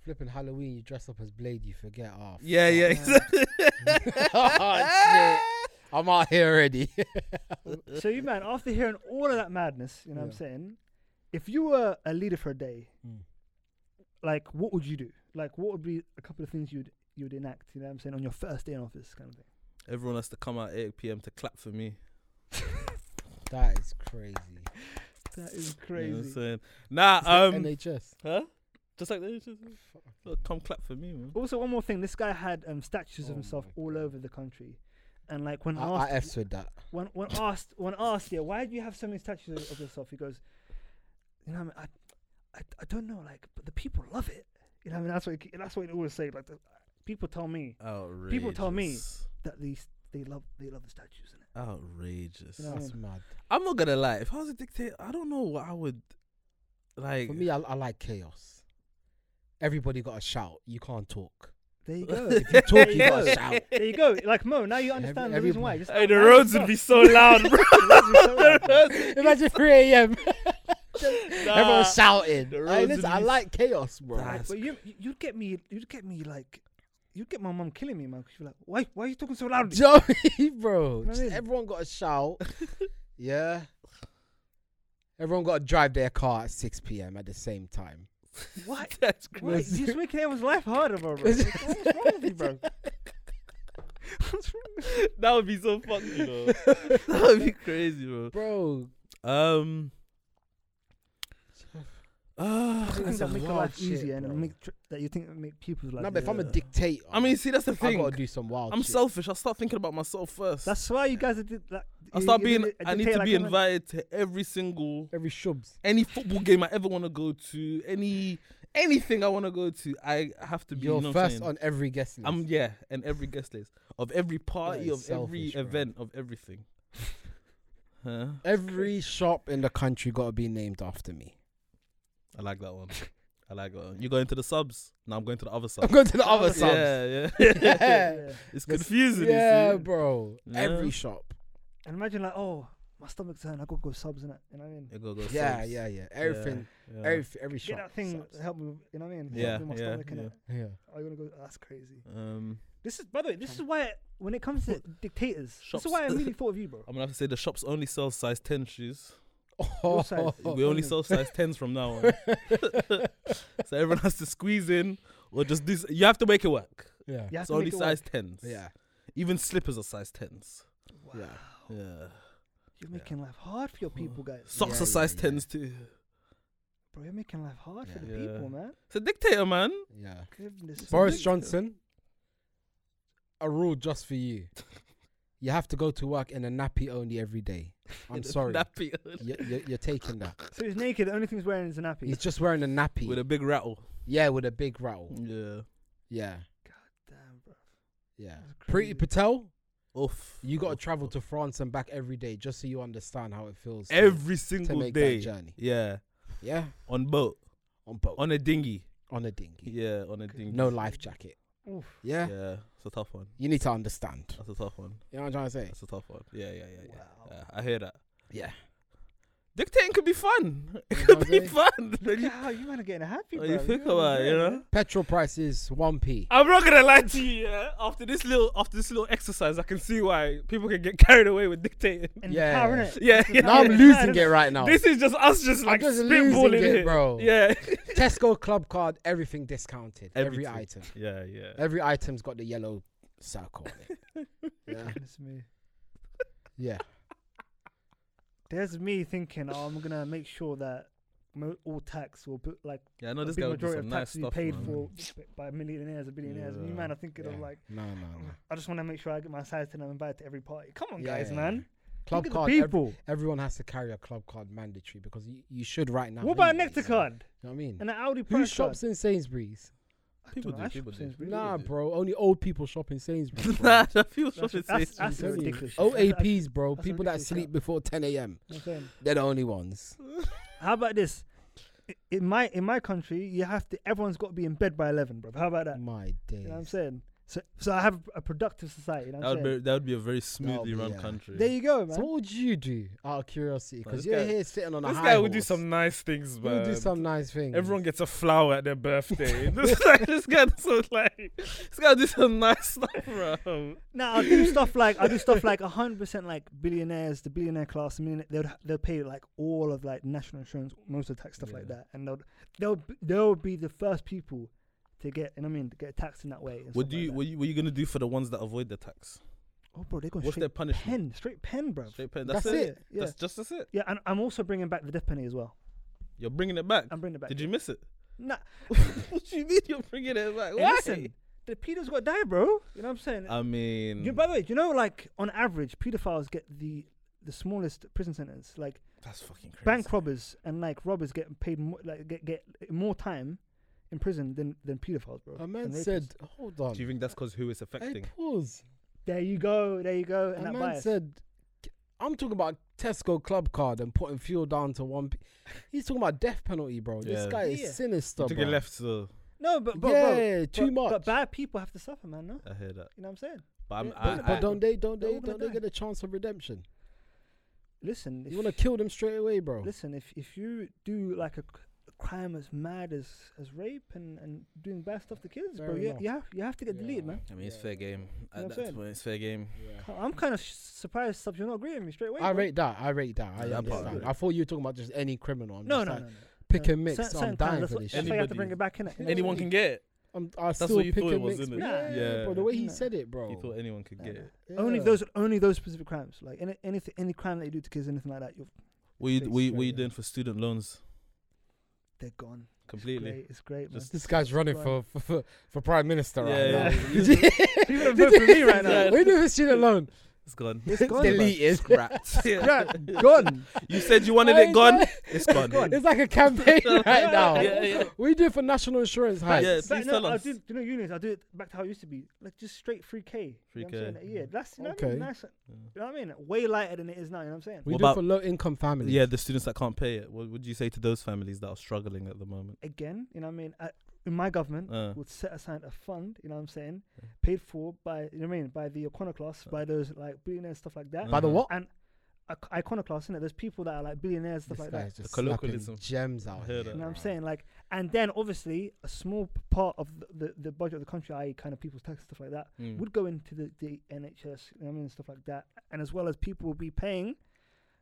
[SPEAKER 2] flipping Halloween. You dress up as Blade. You forget. Oh,
[SPEAKER 3] Yeah, yeah.
[SPEAKER 2] fuck.
[SPEAKER 3] exactly.
[SPEAKER 2] Oh, I'm out here already.
[SPEAKER 1] so you man, after hearing all of that madness, you know what I'm
[SPEAKER 2] Yeah.
[SPEAKER 1] saying? If you were a leader for a day,
[SPEAKER 2] Mm.
[SPEAKER 1] like what would you do? Like what would be a couple of things you'd you would enact, you know what I'm saying, on your first day in office kind of thing.
[SPEAKER 3] Everyone has to come out 8 p.m. to clap for me.
[SPEAKER 2] that is crazy.
[SPEAKER 1] That is
[SPEAKER 3] You know what I'm
[SPEAKER 1] crazy.
[SPEAKER 3] saying? Nah,
[SPEAKER 2] It's like
[SPEAKER 3] um,
[SPEAKER 2] NHS.
[SPEAKER 3] huh? Just like that.
[SPEAKER 2] Fuck.
[SPEAKER 3] Come clap for me, man.
[SPEAKER 1] Also one more thing, this guy had um, statues
[SPEAKER 2] Oh
[SPEAKER 1] of himself
[SPEAKER 2] my
[SPEAKER 1] all
[SPEAKER 2] God.
[SPEAKER 1] over the country. And like when
[SPEAKER 2] I, I
[SPEAKER 1] asked
[SPEAKER 2] f's with that.
[SPEAKER 1] when when asked when asked, yeah, why do you have so many statues of, of yourself? He goes, you know, I, mean, I, I, I don't know, like, but the people love it. You know, what I mean, that's what he, that's what he always say. Like, the, people tell me
[SPEAKER 3] Outrageous.
[SPEAKER 1] People tell me. that these they love they love the statues in it.
[SPEAKER 3] Outrageous.
[SPEAKER 1] You know what I
[SPEAKER 2] That's
[SPEAKER 1] mean?
[SPEAKER 2] mad.
[SPEAKER 3] I'm not gonna lie. If I was a dictator, I don't know what I would like.
[SPEAKER 2] For me, I, I like chaos. Everybody got to shout. You can't talk.
[SPEAKER 1] There you go.
[SPEAKER 2] If you talk, you
[SPEAKER 1] Yeah.
[SPEAKER 2] got to shout.
[SPEAKER 1] there you go. Like Mo, now you understand the
[SPEAKER 2] every-
[SPEAKER 1] reason why. Just
[SPEAKER 3] Hey, the
[SPEAKER 1] now you
[SPEAKER 3] roads would
[SPEAKER 1] know.
[SPEAKER 3] be so loud, bro.
[SPEAKER 1] The roads would be so loud.
[SPEAKER 2] Imagine 3 a.m.
[SPEAKER 3] Nah.
[SPEAKER 2] Everyone's shouting.
[SPEAKER 3] The
[SPEAKER 2] Hey,
[SPEAKER 3] roads
[SPEAKER 2] listen,
[SPEAKER 3] would
[SPEAKER 2] I
[SPEAKER 3] be-
[SPEAKER 2] like chaos, bro.
[SPEAKER 3] Nah,
[SPEAKER 1] Like,
[SPEAKER 3] That's
[SPEAKER 1] but you, you- you'd get me, you'd get me like, you'd get my mum killing me, man. Because you're like, why, why are you talking so loudly?
[SPEAKER 2] Joey,
[SPEAKER 1] You
[SPEAKER 2] bro.
[SPEAKER 1] know what I
[SPEAKER 2] Just
[SPEAKER 1] mean?
[SPEAKER 2] everyone got to shout. yeah. Everyone got to drive their car at 6 p.m. at the same time.
[SPEAKER 1] What?
[SPEAKER 3] That's
[SPEAKER 1] Why?
[SPEAKER 3] crazy.
[SPEAKER 1] You're just making everyone's life harder, bro. bro. Like, what's wrong with you, bro? What's wrong? with you?
[SPEAKER 3] That would be so fucked, you know. that would be crazy, bro.
[SPEAKER 2] Bro,
[SPEAKER 3] Um. Uh,
[SPEAKER 2] That's
[SPEAKER 1] Things that
[SPEAKER 2] some
[SPEAKER 1] make your
[SPEAKER 2] wild
[SPEAKER 1] life
[SPEAKER 2] shit,
[SPEAKER 1] easier and
[SPEAKER 2] bro.
[SPEAKER 1] make tr- that you think make uh, people's life.
[SPEAKER 2] no, but if I'm a
[SPEAKER 3] yeah.
[SPEAKER 2] dictator,
[SPEAKER 3] I mean, see, that's the
[SPEAKER 2] I
[SPEAKER 3] thing.
[SPEAKER 2] gotta do some wild.
[SPEAKER 3] I'm
[SPEAKER 2] shit.
[SPEAKER 3] selfish. I start thinking about myself first.
[SPEAKER 1] That's why you guys are. di- Like,
[SPEAKER 3] I
[SPEAKER 1] you-
[SPEAKER 3] start
[SPEAKER 1] you
[SPEAKER 3] being.
[SPEAKER 1] did it-
[SPEAKER 3] I
[SPEAKER 1] did
[SPEAKER 3] need
[SPEAKER 1] tell
[SPEAKER 3] to
[SPEAKER 1] like
[SPEAKER 3] be
[SPEAKER 1] a man.
[SPEAKER 3] invited to every single
[SPEAKER 2] every shubs.
[SPEAKER 3] any football game I ever want to go to. Any anything I want to go to, I have to be.
[SPEAKER 2] You're
[SPEAKER 3] you know what I'm
[SPEAKER 2] first
[SPEAKER 3] saying?
[SPEAKER 2] on every guest list.
[SPEAKER 3] I'm yeah, and every guest list of every party
[SPEAKER 2] is
[SPEAKER 3] of
[SPEAKER 2] selfish,
[SPEAKER 3] every
[SPEAKER 2] bro.
[SPEAKER 3] event of everything. huh?
[SPEAKER 2] every shop in the country got to be named after me.
[SPEAKER 3] I like that one. I like that one. You're going to the subs. Now I'm going to the other
[SPEAKER 2] I'm
[SPEAKER 3] sub.
[SPEAKER 2] going to the other
[SPEAKER 1] other
[SPEAKER 2] subs.
[SPEAKER 3] Yeah, yeah.
[SPEAKER 2] Yeah.
[SPEAKER 1] Yeah.
[SPEAKER 2] That's-
[SPEAKER 3] It's confusing.
[SPEAKER 2] Yeah,
[SPEAKER 3] you see.
[SPEAKER 2] bro. Every
[SPEAKER 3] Yeah.
[SPEAKER 2] shop.
[SPEAKER 1] And imagine like, oh, my stomach's hurting. I got to go subs in it. You know what I mean?
[SPEAKER 3] You gotta go
[SPEAKER 2] Yeah,
[SPEAKER 3] subs.
[SPEAKER 2] yeah, yeah. Everything.
[SPEAKER 3] Yeah.
[SPEAKER 2] Every every shop.
[SPEAKER 1] Get that thing
[SPEAKER 2] subs.
[SPEAKER 1] help me. You know what I mean? Help
[SPEAKER 3] Yeah,
[SPEAKER 1] me with my
[SPEAKER 3] yeah,
[SPEAKER 1] stomach,
[SPEAKER 3] yeah.
[SPEAKER 1] innit?
[SPEAKER 2] Yeah.
[SPEAKER 1] Are you gonna go? That's crazy.
[SPEAKER 3] Um,
[SPEAKER 1] This is, by the way, this is why when it comes to dictators,
[SPEAKER 3] Shops.
[SPEAKER 1] this is why I really thought of you, bro.
[SPEAKER 3] I'm gonna have to say the shops only sell size ten shoes.
[SPEAKER 1] Your size.
[SPEAKER 3] we only sell size tens from now on. so everyone has to squeeze in or just do. s- You have to make it work.
[SPEAKER 2] Yeah.
[SPEAKER 1] You have
[SPEAKER 3] It's
[SPEAKER 1] to
[SPEAKER 3] only
[SPEAKER 1] make it
[SPEAKER 3] size tens.
[SPEAKER 2] Yeah.
[SPEAKER 3] Even slippers are size tens.
[SPEAKER 1] work.
[SPEAKER 2] Oh. yeah.
[SPEAKER 1] Wow.
[SPEAKER 3] Yeah.
[SPEAKER 1] You're making life hard for your people, guys.
[SPEAKER 3] Socks
[SPEAKER 2] Yeah,
[SPEAKER 3] are size
[SPEAKER 2] yeah, yeah.
[SPEAKER 3] tens too.
[SPEAKER 1] Bro, you're making life hard for the
[SPEAKER 3] Yeah.
[SPEAKER 1] people, man.
[SPEAKER 3] It's a dictator, man.
[SPEAKER 2] Yeah.
[SPEAKER 1] Goodness.
[SPEAKER 2] Boris
[SPEAKER 1] me.
[SPEAKER 2] Johnson, a rule just for you. You have to go to work in a nappy only every day. I'm sorry.
[SPEAKER 3] Nappy
[SPEAKER 2] You- you- you're taking that.
[SPEAKER 1] So he's naked. The only thing he's wearing is a nappy.
[SPEAKER 2] He's just wearing a nappy.
[SPEAKER 3] with a Mm. big rattle.
[SPEAKER 2] yeah, with a big rattle.
[SPEAKER 3] Yeah.
[SPEAKER 2] Yeah,
[SPEAKER 1] Damn, bro.
[SPEAKER 2] yeah.
[SPEAKER 1] That's
[SPEAKER 2] Pretty
[SPEAKER 1] crazy.
[SPEAKER 2] Patel,
[SPEAKER 3] Oof.
[SPEAKER 2] you got to
[SPEAKER 3] Oof,
[SPEAKER 2] travel
[SPEAKER 3] oof.
[SPEAKER 2] to France and back every day just so you understand how it feels. to-
[SPEAKER 3] every
[SPEAKER 2] to,
[SPEAKER 3] single
[SPEAKER 2] make
[SPEAKER 3] day.
[SPEAKER 2] that journey.
[SPEAKER 3] Yeah.
[SPEAKER 2] Yeah,
[SPEAKER 3] On boat.
[SPEAKER 2] on boat, on,
[SPEAKER 3] On a dinghy.
[SPEAKER 2] a dinghy.
[SPEAKER 3] Yeah. On a dinghy.
[SPEAKER 2] No life jacket.
[SPEAKER 1] Oof.
[SPEAKER 2] Yeah?
[SPEAKER 3] Yeah. It's a tough one.
[SPEAKER 2] you need to understand.
[SPEAKER 3] That's a tough one.
[SPEAKER 2] You know what I'm trying to say?
[SPEAKER 3] That's a tough one. Yeah. Yeah. Yeah. Yeah.
[SPEAKER 1] Wow.
[SPEAKER 3] Yeah, I hear that.
[SPEAKER 2] Yeah.
[SPEAKER 3] Dictating could be fun.
[SPEAKER 2] You
[SPEAKER 3] It
[SPEAKER 2] know
[SPEAKER 3] could
[SPEAKER 2] what I'm
[SPEAKER 3] be
[SPEAKER 2] saying?
[SPEAKER 3] fun. When
[SPEAKER 1] Look
[SPEAKER 3] you-
[SPEAKER 1] at how you man are getting happy,
[SPEAKER 3] when
[SPEAKER 1] bro.
[SPEAKER 3] you think about it, you know.
[SPEAKER 2] Petrol price is one p.
[SPEAKER 3] I'm not gonna lie to you. Yeah? After this little, after this little exercise, I can see why people can get carried away with dictating.
[SPEAKER 1] And
[SPEAKER 2] Yeah.
[SPEAKER 1] yeah. power, innit?
[SPEAKER 3] Yeah, yeah.
[SPEAKER 2] Now I'm losing it right now.
[SPEAKER 3] This is just us, just like
[SPEAKER 2] just losing
[SPEAKER 3] spitballing
[SPEAKER 2] it,
[SPEAKER 3] here,
[SPEAKER 2] bro.
[SPEAKER 3] Yeah.
[SPEAKER 2] Tesco Club Card, everything discounted. Every item.
[SPEAKER 3] Everything. Yeah, yeah.
[SPEAKER 2] Every item's got the yellow circle on it. yeah.
[SPEAKER 1] Goodness me.
[SPEAKER 2] Yeah.
[SPEAKER 1] There's me thinking, oh, I'm gonna make sure that mo- all tax will put like
[SPEAKER 3] Yeah, I know
[SPEAKER 1] a
[SPEAKER 3] this
[SPEAKER 1] big
[SPEAKER 3] guy would do
[SPEAKER 1] majority
[SPEAKER 3] some
[SPEAKER 1] of
[SPEAKER 3] nice
[SPEAKER 1] tax will
[SPEAKER 3] stuff.
[SPEAKER 1] be paid
[SPEAKER 3] man.
[SPEAKER 1] for by millionaires and billionaires. And you
[SPEAKER 3] Yeah.
[SPEAKER 1] man are thinking
[SPEAKER 2] yeah.
[SPEAKER 1] of like,
[SPEAKER 2] no, no, no.
[SPEAKER 1] I just want to make sure I get my size and I'm invited to every party. Come on,
[SPEAKER 2] Yeah,
[SPEAKER 1] guys,
[SPEAKER 2] yeah,
[SPEAKER 1] man.
[SPEAKER 2] Club
[SPEAKER 1] Look at
[SPEAKER 2] card.
[SPEAKER 1] the
[SPEAKER 2] ev-
[SPEAKER 1] people.
[SPEAKER 2] everyone has to carry a club card mandatory because you, you should right now.
[SPEAKER 1] what about a
[SPEAKER 2] anyway,
[SPEAKER 1] Nectar
[SPEAKER 2] so-
[SPEAKER 1] card
[SPEAKER 2] You know what I mean?
[SPEAKER 1] and an Audi
[SPEAKER 2] Who
[SPEAKER 1] Price
[SPEAKER 2] shops in Sainsbury's?
[SPEAKER 1] card? I
[SPEAKER 3] People
[SPEAKER 1] don't
[SPEAKER 3] do,
[SPEAKER 1] know, I
[SPEAKER 3] people
[SPEAKER 1] shop
[SPEAKER 3] do.
[SPEAKER 1] Sainsbury's.
[SPEAKER 2] nah,
[SPEAKER 3] do.
[SPEAKER 2] bro. Only old people shop in Sainsbury's. bro.
[SPEAKER 3] Nah, I feel
[SPEAKER 1] That's-
[SPEAKER 3] should
[SPEAKER 1] that's-
[SPEAKER 3] say
[SPEAKER 2] I'm
[SPEAKER 1] that's
[SPEAKER 2] telling you.
[SPEAKER 1] ridiculous.
[SPEAKER 2] OAPs, bro.
[SPEAKER 1] That's a
[SPEAKER 2] people that
[SPEAKER 1] ridiculous
[SPEAKER 2] sleep
[SPEAKER 1] shout.
[SPEAKER 2] before 10 a.m.
[SPEAKER 1] You know what I'm saying?
[SPEAKER 2] They're the only ones.
[SPEAKER 1] How about this? I- In my in my country, you have to. Everyone's got to be in bed by eleven, bro. How about that?
[SPEAKER 2] My
[SPEAKER 1] You
[SPEAKER 2] days.
[SPEAKER 1] know what I'm saying? So so I have a productive society. You know
[SPEAKER 3] that
[SPEAKER 1] what I'm
[SPEAKER 3] would be
[SPEAKER 1] saying?
[SPEAKER 3] that would be a very smoothly
[SPEAKER 2] be,
[SPEAKER 3] run
[SPEAKER 2] yeah.
[SPEAKER 3] country.
[SPEAKER 1] There you go, man.
[SPEAKER 2] so what would you do out of curiosity?
[SPEAKER 3] Nah,
[SPEAKER 2] Because
[SPEAKER 3] this
[SPEAKER 2] you're
[SPEAKER 3] guy-
[SPEAKER 2] here sitting on a
[SPEAKER 3] this
[SPEAKER 2] high
[SPEAKER 3] guy would do
[SPEAKER 2] horse.
[SPEAKER 3] some nice things,
[SPEAKER 2] You would
[SPEAKER 3] but
[SPEAKER 2] do some nice things.
[SPEAKER 3] everyone gets a flower at their birthday. this, guy, this guy does some, like this guy do some nice stuff, bro.
[SPEAKER 1] No, I do stuff like I do stuff like hundred percent like billionaires, the billionaire class. I mean, they'll they'll pay like all of like national insurance, most of the tax stuff like
[SPEAKER 3] Yeah.
[SPEAKER 1] that, and they'll they'll b- they'll be the first people to get. You know what I mean? To get taxed in that way. and
[SPEAKER 3] What
[SPEAKER 1] stuff
[SPEAKER 3] do
[SPEAKER 1] like
[SPEAKER 3] you
[SPEAKER 1] that.
[SPEAKER 3] what, you what you gonna do for the ones that avoid the tax?
[SPEAKER 1] oh, bro, they go
[SPEAKER 3] What's their
[SPEAKER 1] straight
[SPEAKER 3] punishment?
[SPEAKER 1] pen, straight pen, bro.
[SPEAKER 3] Straight pen.
[SPEAKER 2] That's
[SPEAKER 3] That's,
[SPEAKER 2] it.
[SPEAKER 3] it.
[SPEAKER 1] Yeah,
[SPEAKER 3] That's just that's it.
[SPEAKER 1] yeah, and I'm also bringing back the death penalty as well.
[SPEAKER 3] You're bringing it back.
[SPEAKER 1] I'm bringing it back.
[SPEAKER 3] Did you miss it?
[SPEAKER 1] Nah,
[SPEAKER 3] what do you mean you're bringing it back?
[SPEAKER 1] hey,
[SPEAKER 3] Why?
[SPEAKER 1] listen, the pedo's got to die, bro. You know what I'm saying?
[SPEAKER 2] Um,
[SPEAKER 3] I mean,
[SPEAKER 1] you, by the way, do you know like on average, pedophiles get the the smallest prison sentence, like.
[SPEAKER 3] that's fucking crazy.
[SPEAKER 1] bank robbers and like robbers get paid more, like get, get more time in prison than than pedophiles, bro.
[SPEAKER 2] A man
[SPEAKER 1] and rapists.
[SPEAKER 2] said, hold on.
[SPEAKER 3] Do you think that's because who it's
[SPEAKER 2] Hey,
[SPEAKER 3] affecting?
[SPEAKER 2] pause.
[SPEAKER 1] "There you go, there you go,"
[SPEAKER 2] A
[SPEAKER 1] and that
[SPEAKER 2] man
[SPEAKER 1] bias.
[SPEAKER 2] said, I'm talking about Tesco club card and putting fuel down to one. P- He's talking about death penalty, bro. This
[SPEAKER 3] Yeah.
[SPEAKER 2] guy is
[SPEAKER 1] Yeah.
[SPEAKER 2] sinister.
[SPEAKER 3] You took
[SPEAKER 2] bro.
[SPEAKER 3] it left, so
[SPEAKER 1] No, but, but bro,
[SPEAKER 2] yeah, too
[SPEAKER 1] but-
[SPEAKER 2] much.
[SPEAKER 1] But bad people have to suffer, man. No,
[SPEAKER 3] I hear that.
[SPEAKER 1] you know what I'm saying.
[SPEAKER 3] But I'm.
[SPEAKER 1] Yeah,
[SPEAKER 3] I,
[SPEAKER 2] but
[SPEAKER 3] I,
[SPEAKER 2] don't they? Don't
[SPEAKER 1] They're
[SPEAKER 2] they?
[SPEAKER 1] all gonna
[SPEAKER 2] Don't they
[SPEAKER 1] die.
[SPEAKER 2] get a chance of redemption?
[SPEAKER 1] Listen, if
[SPEAKER 2] You want to kill them straight away, bro.
[SPEAKER 1] listen, if if you do like a, c- a crime as mad as as rape and and doing bad stuff to kids,
[SPEAKER 2] Fair
[SPEAKER 1] bro, you,
[SPEAKER 2] enough.
[SPEAKER 1] you have you have to get deleted,
[SPEAKER 2] Yeah.
[SPEAKER 1] man.
[SPEAKER 3] I mean, it's
[SPEAKER 2] Yeah.
[SPEAKER 3] fair game.
[SPEAKER 1] what I'm
[SPEAKER 3] At
[SPEAKER 1] saying?
[SPEAKER 3] that point, it's fair game.
[SPEAKER 1] I'm kind of surprised, Sub, you're not agreeing with me straight away.
[SPEAKER 2] I
[SPEAKER 1] bro.
[SPEAKER 2] rate that. I rate that. I
[SPEAKER 3] Yeah, I'm
[SPEAKER 1] part of
[SPEAKER 2] understand.
[SPEAKER 3] it.
[SPEAKER 2] I thought you were talking about just any criminal. I'm
[SPEAKER 1] No,
[SPEAKER 2] just
[SPEAKER 1] no, no,
[SPEAKER 2] like,
[SPEAKER 1] no.
[SPEAKER 2] Pick
[SPEAKER 1] Uh,
[SPEAKER 2] and mix.
[SPEAKER 1] cer-
[SPEAKER 2] I'm
[SPEAKER 1] certain times,
[SPEAKER 2] dying
[SPEAKER 1] that's
[SPEAKER 2] for
[SPEAKER 1] what-
[SPEAKER 2] this
[SPEAKER 1] That's
[SPEAKER 2] shit.
[SPEAKER 1] why you have to
[SPEAKER 3] Anybody-
[SPEAKER 1] bring it back in it.
[SPEAKER 2] You know what I
[SPEAKER 3] Anyone
[SPEAKER 2] mean?
[SPEAKER 3] can get it.
[SPEAKER 2] I'm, I
[SPEAKER 3] That's
[SPEAKER 2] still
[SPEAKER 3] what you
[SPEAKER 2] pick
[SPEAKER 3] thought it
[SPEAKER 2] and
[SPEAKER 3] was,
[SPEAKER 2] mix,
[SPEAKER 3] innit?
[SPEAKER 2] bro. Yeah,
[SPEAKER 3] Yeah.
[SPEAKER 2] bro. The way he
[SPEAKER 1] No.
[SPEAKER 2] said it, bro.
[SPEAKER 3] You thought anyone could
[SPEAKER 1] No,
[SPEAKER 3] get
[SPEAKER 1] no.
[SPEAKER 3] it.
[SPEAKER 1] Only
[SPEAKER 2] Yeah.
[SPEAKER 1] those, only those specific crimes. Like any, anything, any crime that you do to kids, anything like that, you're,
[SPEAKER 3] What you
[SPEAKER 2] Big
[SPEAKER 3] what you, what
[SPEAKER 2] straight,
[SPEAKER 3] you
[SPEAKER 2] yeah.
[SPEAKER 3] doing for student loans?
[SPEAKER 1] they're gone.
[SPEAKER 3] Completely.
[SPEAKER 1] Great, it's great, man.
[SPEAKER 3] Just-
[SPEAKER 2] This guy's running for, for, for, for prime minister
[SPEAKER 3] Yeah,
[SPEAKER 2] right
[SPEAKER 1] yeah.
[SPEAKER 2] now.
[SPEAKER 1] People are voting for me right now.
[SPEAKER 2] we do this shit alone.
[SPEAKER 3] It's gone.
[SPEAKER 1] It's gone.
[SPEAKER 2] Deleted.
[SPEAKER 3] Scrapped. Yeah.
[SPEAKER 1] Yeah, gone.
[SPEAKER 3] You said you wanted
[SPEAKER 2] Why
[SPEAKER 3] it
[SPEAKER 2] is
[SPEAKER 3] gone.
[SPEAKER 2] that-
[SPEAKER 3] It's gone.
[SPEAKER 2] It's like a campaign right now.
[SPEAKER 3] Yeah, yeah.
[SPEAKER 2] We do it for national insurance hikes.
[SPEAKER 3] Yeah,
[SPEAKER 1] Back,
[SPEAKER 3] please
[SPEAKER 1] no,
[SPEAKER 3] tell
[SPEAKER 1] I
[SPEAKER 3] us.
[SPEAKER 1] do, do you know units? I do it back to how it used to be, like just straight free K. you know what I'm
[SPEAKER 3] 3K.
[SPEAKER 1] saying? Yeah, that's you know what I
[SPEAKER 2] Okay.
[SPEAKER 1] mean? Nice, you know what I mean? Way lighter than it is now. You know what I'm saying?
[SPEAKER 2] We
[SPEAKER 3] What
[SPEAKER 2] do it
[SPEAKER 3] about-
[SPEAKER 2] for low income families.
[SPEAKER 3] Yeah, the students that can't pay it. What would you say to those families that are struggling at the moment?
[SPEAKER 1] Again, you know what I mean? I, in my government,
[SPEAKER 3] Uh,
[SPEAKER 1] would set aside a fund. You know what I'm saying?
[SPEAKER 3] Yeah.
[SPEAKER 1] Paid for by you know what I mean by the iconoclasts, by those like billionaires stuff like that.
[SPEAKER 2] By the
[SPEAKER 3] Uh-huh.
[SPEAKER 2] what?
[SPEAKER 1] And ic- iconoclasts, innit? There's people that are like billionaires stuff
[SPEAKER 2] This
[SPEAKER 1] like
[SPEAKER 2] guy's
[SPEAKER 1] that.
[SPEAKER 2] just
[SPEAKER 3] The colloquialism.
[SPEAKER 2] slapping gems out
[SPEAKER 3] I
[SPEAKER 2] here.
[SPEAKER 3] heard
[SPEAKER 1] You
[SPEAKER 3] that,
[SPEAKER 1] know what
[SPEAKER 2] bro.
[SPEAKER 1] I'm saying? Like, and then obviously a small p- part of the, the, the budget of the country, i.e., kind of people's tax stuff like that,
[SPEAKER 3] mm.
[SPEAKER 1] would go into the, the NHS, you know what I mean, stuff like that. And as well as people will be paying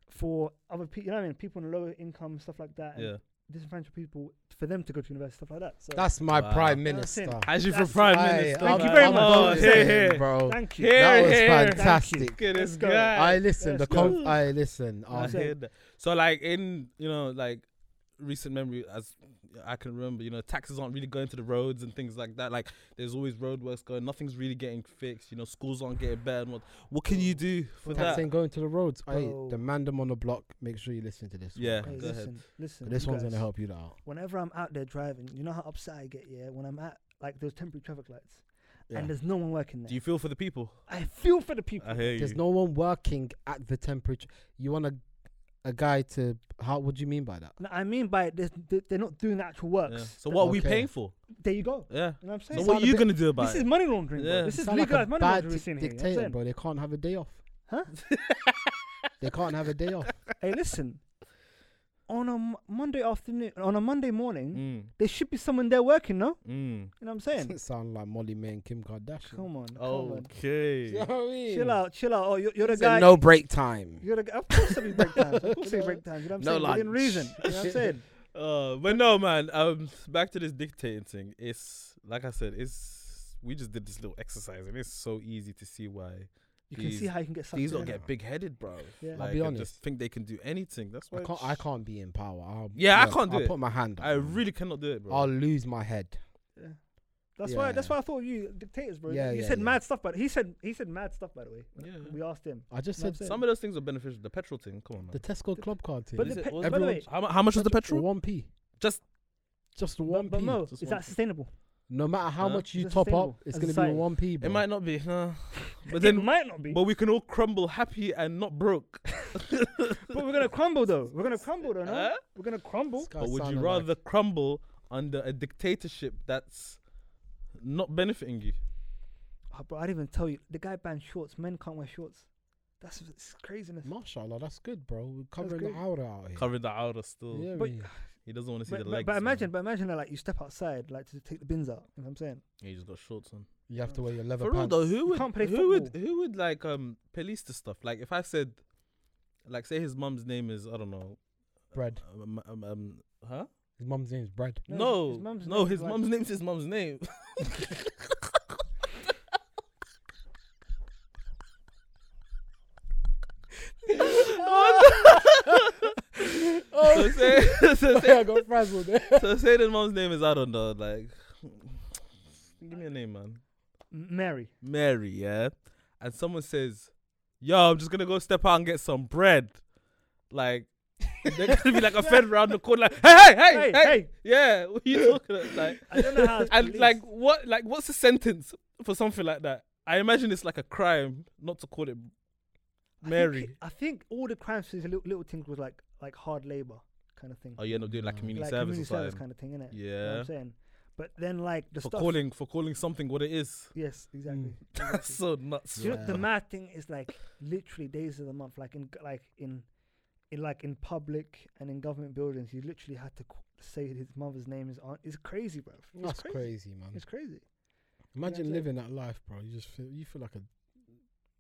[SPEAKER 1] for other people, you know what I mean, people in lower income, stuff like that, and
[SPEAKER 3] Yeah.
[SPEAKER 1] disenfranchised people for them to go to university, stuff like that. So
[SPEAKER 2] That's my
[SPEAKER 3] Wow.
[SPEAKER 2] prime
[SPEAKER 1] You know what I'm saying?
[SPEAKER 2] minister.
[SPEAKER 3] As you for
[SPEAKER 1] That's-
[SPEAKER 3] prime
[SPEAKER 2] Aye,
[SPEAKER 3] minister.
[SPEAKER 1] Thank
[SPEAKER 2] I'm-
[SPEAKER 1] you very
[SPEAKER 2] I'm
[SPEAKER 1] much.
[SPEAKER 3] Oh,
[SPEAKER 2] voting,
[SPEAKER 3] hey, hey.
[SPEAKER 2] bro.
[SPEAKER 1] thank you.
[SPEAKER 3] Here,
[SPEAKER 2] That was
[SPEAKER 3] here. Thank you.
[SPEAKER 2] fantastic.
[SPEAKER 3] Look at
[SPEAKER 1] Let's
[SPEAKER 3] this
[SPEAKER 1] go.
[SPEAKER 3] guy.
[SPEAKER 2] I listen. The
[SPEAKER 1] Let's
[SPEAKER 2] com-
[SPEAKER 1] go.
[SPEAKER 2] I listen.
[SPEAKER 1] I'm
[SPEAKER 3] I
[SPEAKER 2] um,
[SPEAKER 1] saying-
[SPEAKER 3] hear that. So like in you know like recent memory as I can remember, you know, taxes aren't really going to the roads and things like that. Like there's always roadworks going, nothing's really getting fixed, you know, schools aren't getting better and what what can you do for
[SPEAKER 2] Tax
[SPEAKER 3] that?
[SPEAKER 2] ain't going to the roads. Hey,
[SPEAKER 1] Bro.
[SPEAKER 2] the man them on the block. Make sure you listen to this. one,
[SPEAKER 3] Yeah.
[SPEAKER 1] Hey,
[SPEAKER 2] guys.
[SPEAKER 3] Go ahead.
[SPEAKER 1] listen, listen.
[SPEAKER 2] this
[SPEAKER 1] you
[SPEAKER 2] one's
[SPEAKER 1] guys.
[SPEAKER 2] gonna help you out.
[SPEAKER 1] Whenever I'm out there driving, you know how upset I get, yeah, when I'm at like those temporary traffic lights
[SPEAKER 2] Yeah.
[SPEAKER 1] and there's no one working there.
[SPEAKER 3] Do you Uh. feel for the people?
[SPEAKER 1] I feel for the people.
[SPEAKER 3] I hear
[SPEAKER 2] There's
[SPEAKER 3] you.
[SPEAKER 2] no one working at the temperature. You want a a guy to? How? What do you mean by that?
[SPEAKER 1] No, I mean by this, th- they're not doing the actual works.
[SPEAKER 3] Yeah. So
[SPEAKER 1] Th-
[SPEAKER 3] what are we
[SPEAKER 2] Okay.
[SPEAKER 3] paying for?
[SPEAKER 1] There you go.
[SPEAKER 3] Yeah.
[SPEAKER 1] You know what I'm
[SPEAKER 3] So
[SPEAKER 1] saying?
[SPEAKER 2] sound
[SPEAKER 3] what
[SPEAKER 2] a
[SPEAKER 3] are you
[SPEAKER 2] bit-
[SPEAKER 3] gonna do
[SPEAKER 1] this
[SPEAKER 3] about
[SPEAKER 1] is
[SPEAKER 3] it?
[SPEAKER 1] money laundering.
[SPEAKER 3] Yeah.
[SPEAKER 1] Bro. This
[SPEAKER 2] You
[SPEAKER 1] is
[SPEAKER 2] sound like a
[SPEAKER 1] legalized money
[SPEAKER 2] bad
[SPEAKER 1] laundering we're seeing
[SPEAKER 2] dic-
[SPEAKER 1] here. You know what I'm
[SPEAKER 2] dictator,
[SPEAKER 1] saying?
[SPEAKER 2] bro. They can't have a day off.
[SPEAKER 1] Huh?
[SPEAKER 2] They can't have a day off.
[SPEAKER 1] hey, listen. On a m- Monday afternoon, on a Monday morning,
[SPEAKER 3] Mm.
[SPEAKER 1] there should be someone there working, no?
[SPEAKER 3] Mm.
[SPEAKER 1] You know what I'm
[SPEAKER 2] Doesn't
[SPEAKER 1] saying?
[SPEAKER 2] sound like Molly May and Kim Kardashian.
[SPEAKER 1] come on, come on.
[SPEAKER 2] You know
[SPEAKER 3] Oh, Okay.
[SPEAKER 2] what I mean?
[SPEAKER 1] Chill out, chill out. Oh, you're, you're the
[SPEAKER 2] It's a
[SPEAKER 1] guy.
[SPEAKER 2] no break time.
[SPEAKER 1] You're the guy. Of course there'll be break times. Of course there'll be
[SPEAKER 2] No.
[SPEAKER 1] break times. You know what I'm
[SPEAKER 2] No
[SPEAKER 1] saying? Within
[SPEAKER 2] lunch.
[SPEAKER 1] reason. You know what I'm saying?
[SPEAKER 3] Uh, but no, man. Um, back to this dictating thing. It's like I said. It's we just did this little exercise, and it's so easy to see why
[SPEAKER 1] You can see
[SPEAKER 3] These-
[SPEAKER 1] how you can get sucked
[SPEAKER 3] these
[SPEAKER 1] in.
[SPEAKER 3] don't
[SPEAKER 2] yeah.
[SPEAKER 3] get big headed, bro.
[SPEAKER 1] Yeah. I'll
[SPEAKER 3] Like,
[SPEAKER 2] be
[SPEAKER 3] and
[SPEAKER 2] honest.
[SPEAKER 3] Just think they can do anything. That's
[SPEAKER 2] I
[SPEAKER 3] why
[SPEAKER 2] can't. I can't be in power. I'll,
[SPEAKER 3] Yeah, I
[SPEAKER 2] look,
[SPEAKER 3] can't do
[SPEAKER 2] I'll
[SPEAKER 3] it.
[SPEAKER 2] put my hand. Up,
[SPEAKER 3] I
[SPEAKER 2] man.
[SPEAKER 3] really cannot do it, bro.
[SPEAKER 2] I'll lose my head.
[SPEAKER 1] Yeah. That's why. That's
[SPEAKER 2] Yeah.
[SPEAKER 1] why I thought of you dictators, bro.
[SPEAKER 2] Yeah,
[SPEAKER 1] you
[SPEAKER 2] yeah,
[SPEAKER 1] said
[SPEAKER 2] yeah.
[SPEAKER 1] mad stuff, but he said he said mad stuff. By the way,
[SPEAKER 3] Yeah.
[SPEAKER 1] we asked him.
[SPEAKER 2] I just
[SPEAKER 1] No, I'm
[SPEAKER 2] said
[SPEAKER 1] saying-
[SPEAKER 3] Some of those things are beneficial. The petrol thing. Come on, man.
[SPEAKER 2] the Tesco club card team.
[SPEAKER 1] But
[SPEAKER 3] Is
[SPEAKER 1] the
[SPEAKER 3] it-
[SPEAKER 1] pe-
[SPEAKER 3] was-
[SPEAKER 1] by the way,
[SPEAKER 3] how, mu- how much was the petrol?
[SPEAKER 2] One p.
[SPEAKER 3] Just
[SPEAKER 2] Just one
[SPEAKER 1] but, but
[SPEAKER 2] p.
[SPEAKER 1] Mo,
[SPEAKER 3] Just
[SPEAKER 1] is
[SPEAKER 3] one
[SPEAKER 1] that sustainable?
[SPEAKER 2] No matter how
[SPEAKER 3] Huh?
[SPEAKER 2] much
[SPEAKER 1] Is
[SPEAKER 2] you
[SPEAKER 1] it
[SPEAKER 2] top up,
[SPEAKER 1] sustainable
[SPEAKER 2] it's
[SPEAKER 1] as
[SPEAKER 2] gonna
[SPEAKER 1] a
[SPEAKER 2] be
[SPEAKER 1] society?
[SPEAKER 2] one p.
[SPEAKER 3] it might not be, nah. but
[SPEAKER 1] it
[SPEAKER 3] then,
[SPEAKER 1] might not be.
[SPEAKER 3] but
[SPEAKER 1] But,
[SPEAKER 3] we can all crumble happy and not broke.
[SPEAKER 1] we're gonna crumble though. We're gonna crumble though. No?
[SPEAKER 3] Huh?
[SPEAKER 1] We're gonna crumble.
[SPEAKER 3] But would you rather crumble under a dictatorship that's not benefiting you?
[SPEAKER 1] Oh, bro, I didn't even tell you. The guy banned shorts. Men can't wear shorts. That's it's craziness.
[SPEAKER 2] Mashallah, that's good, bro. We're covering
[SPEAKER 1] good.
[SPEAKER 2] the aura out here.
[SPEAKER 3] Cover the aura still.
[SPEAKER 2] yeah,
[SPEAKER 1] But-
[SPEAKER 2] we-
[SPEAKER 3] He doesn't want to see
[SPEAKER 1] But,
[SPEAKER 3] the
[SPEAKER 1] but,
[SPEAKER 3] legs.
[SPEAKER 1] but
[SPEAKER 3] man.
[SPEAKER 1] imagine, but imagine that, like you step outside, like to take the bins out. You know what I'm saying?
[SPEAKER 3] He just got shorts on.
[SPEAKER 2] you have to wear your leather
[SPEAKER 3] For real
[SPEAKER 2] pants.
[SPEAKER 3] though, who would
[SPEAKER 1] can't play
[SPEAKER 3] who would
[SPEAKER 1] football.
[SPEAKER 3] who would like um police the stuff? Like if I said, like say his mum's name is I don't know,
[SPEAKER 2] Bread.
[SPEAKER 3] Um, um, um, huh?
[SPEAKER 2] His mum's name's Bread.
[SPEAKER 1] No, his-
[SPEAKER 3] No,
[SPEAKER 1] his mum's
[SPEAKER 3] no,
[SPEAKER 1] name is
[SPEAKER 3] his
[SPEAKER 1] like-
[SPEAKER 3] mum's name's his mum's name. so say, so say,
[SPEAKER 2] I got frazzled.
[SPEAKER 3] so say the mum's name is I don't know, like give me a name, man.
[SPEAKER 1] M- Mary.
[SPEAKER 3] Mary, yeah, and someone says, "Yo, I'm just gonna go step out and get some bread," like. They're gonna be like a fed round the corner, like, hey, hey, hey, hey, yeah, what are you talking about? Like,
[SPEAKER 1] I don't know how. it's
[SPEAKER 3] and
[SPEAKER 1] policed.
[SPEAKER 3] like what like what's the sentence for something like that i imagine it's like a crime not to call
[SPEAKER 1] I
[SPEAKER 3] it
[SPEAKER 1] think
[SPEAKER 3] Mary.
[SPEAKER 1] he- I think all the crimes for these little, little things was like like hard labor kind of thing.
[SPEAKER 3] Oh, you end up doing like
[SPEAKER 2] Mm.
[SPEAKER 3] community
[SPEAKER 1] like
[SPEAKER 3] service
[SPEAKER 1] community
[SPEAKER 3] or something.
[SPEAKER 1] service kind of thing, innit? You know what
[SPEAKER 3] yeah.
[SPEAKER 1] I'm saying? But then like the
[SPEAKER 3] For
[SPEAKER 1] stuff
[SPEAKER 3] calling for calling something what it is.
[SPEAKER 1] Yes, exactly.
[SPEAKER 3] That's
[SPEAKER 1] exactly.
[SPEAKER 3] so nuts.
[SPEAKER 1] Do you know, the
[SPEAKER 2] Yeah.
[SPEAKER 1] mad thing is like literally days of the month, like in like in in like in public and in government buildings, you literally had to qu- say his mother's name is on. It's crazy, bro. It's
[SPEAKER 2] That's
[SPEAKER 1] crazy.
[SPEAKER 2] crazy, man.
[SPEAKER 1] It's crazy.
[SPEAKER 2] Imagine
[SPEAKER 1] that's it.
[SPEAKER 2] living that life, bro. You just feel you feel like a.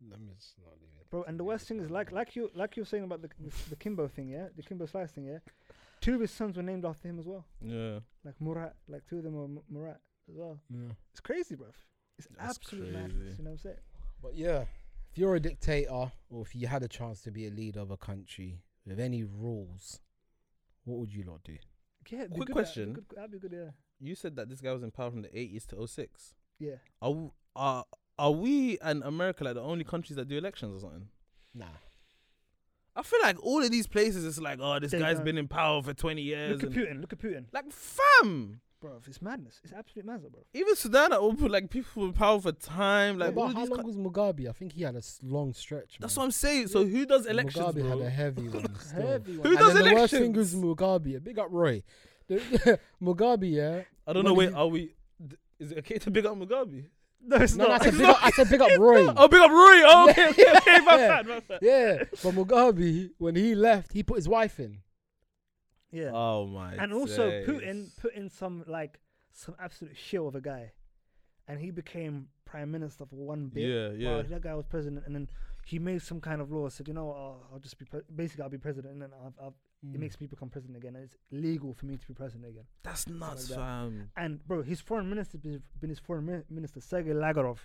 [SPEAKER 2] Let me just not leave it.
[SPEAKER 1] bro. And the worst thing is, like, like you, like you were saying about the the, the Kimbo thing, yeah, the Kimbo Slice thing, yeah. Two of his sons were named after him as well,
[SPEAKER 3] Yeah.
[SPEAKER 1] like Murat. Like two of them were M- Murat as well.
[SPEAKER 2] Yeah.
[SPEAKER 1] It's crazy, bro. It's
[SPEAKER 3] That's
[SPEAKER 1] absolute
[SPEAKER 3] crazy.
[SPEAKER 1] madness. You know what I'm saying?
[SPEAKER 2] But yeah, if you're a dictator or if you had a chance to be a leader of a country with any rules, what would you lot do?
[SPEAKER 1] Yeah. it'd be
[SPEAKER 3] Quick
[SPEAKER 1] good,
[SPEAKER 3] question.
[SPEAKER 1] That'd be good, that'd be good, yeah.
[SPEAKER 3] You said that this guy was in power from the 80s to 06.
[SPEAKER 1] Yeah.
[SPEAKER 3] Are w- are are we and America like the only countries that do elections or something?
[SPEAKER 2] Nah.
[SPEAKER 3] I feel like all of these places it's like, oh, this
[SPEAKER 1] They
[SPEAKER 3] guy's
[SPEAKER 1] don't.
[SPEAKER 3] been in power for 20 years.
[SPEAKER 1] Look at
[SPEAKER 3] and-
[SPEAKER 1] Putin. Look at Putin.
[SPEAKER 3] like, fam.
[SPEAKER 1] Bro, it's madness. It's absolute madness, bro.
[SPEAKER 3] Even Sudan are open, like people in power for time. Like,
[SPEAKER 2] Like,
[SPEAKER 3] all
[SPEAKER 2] but
[SPEAKER 3] of
[SPEAKER 2] how
[SPEAKER 3] these
[SPEAKER 2] long
[SPEAKER 3] cou-
[SPEAKER 2] was Mugabe? I think he had a s- long stretch.
[SPEAKER 3] that's what
[SPEAKER 2] man.
[SPEAKER 3] I'm saying. So who does elections,
[SPEAKER 2] Mugabe
[SPEAKER 3] bro?
[SPEAKER 2] had a heavy one. Still.
[SPEAKER 1] Heavy
[SPEAKER 3] Who
[SPEAKER 1] one.
[SPEAKER 3] does
[SPEAKER 2] and then the worst thing
[SPEAKER 3] elections?
[SPEAKER 2] was Mugabe. yeah, Big up Roy. The- Mugabe, yeah.
[SPEAKER 3] I don't know.
[SPEAKER 2] What
[SPEAKER 3] Wait,
[SPEAKER 2] do you-
[SPEAKER 3] are we? d- Is it okay to big up Mugabe?
[SPEAKER 1] No, it's
[SPEAKER 2] No, no, I
[SPEAKER 1] not.
[SPEAKER 2] said big up, I said big up Roy.
[SPEAKER 3] Oh, big up Rui. Oh, okay, okay, okay. My
[SPEAKER 2] Yeah.
[SPEAKER 3] bad, my bad.
[SPEAKER 2] Yeah, but Mugabe, when he left, he put his wife in.
[SPEAKER 1] yeah.
[SPEAKER 3] Oh my.
[SPEAKER 1] and also,
[SPEAKER 3] days.
[SPEAKER 1] Putin put in some like some absolute shill of a guy, and he became prime minister for one bit.
[SPEAKER 3] Yeah, yeah.
[SPEAKER 1] While that guy was president, and then he made some kind of law. Said, you know, what, I'll, I'll just be pre- basically I'll be president, and then I've, I've,
[SPEAKER 3] Mm.
[SPEAKER 1] it
[SPEAKER 2] Mm.
[SPEAKER 1] makes me become president again. And it's legal for me to be president again.
[SPEAKER 3] That's nuts,
[SPEAKER 1] that.
[SPEAKER 3] fam.
[SPEAKER 1] And bro, his foreign minister been, been his foreign min- minister Sergei Lagarov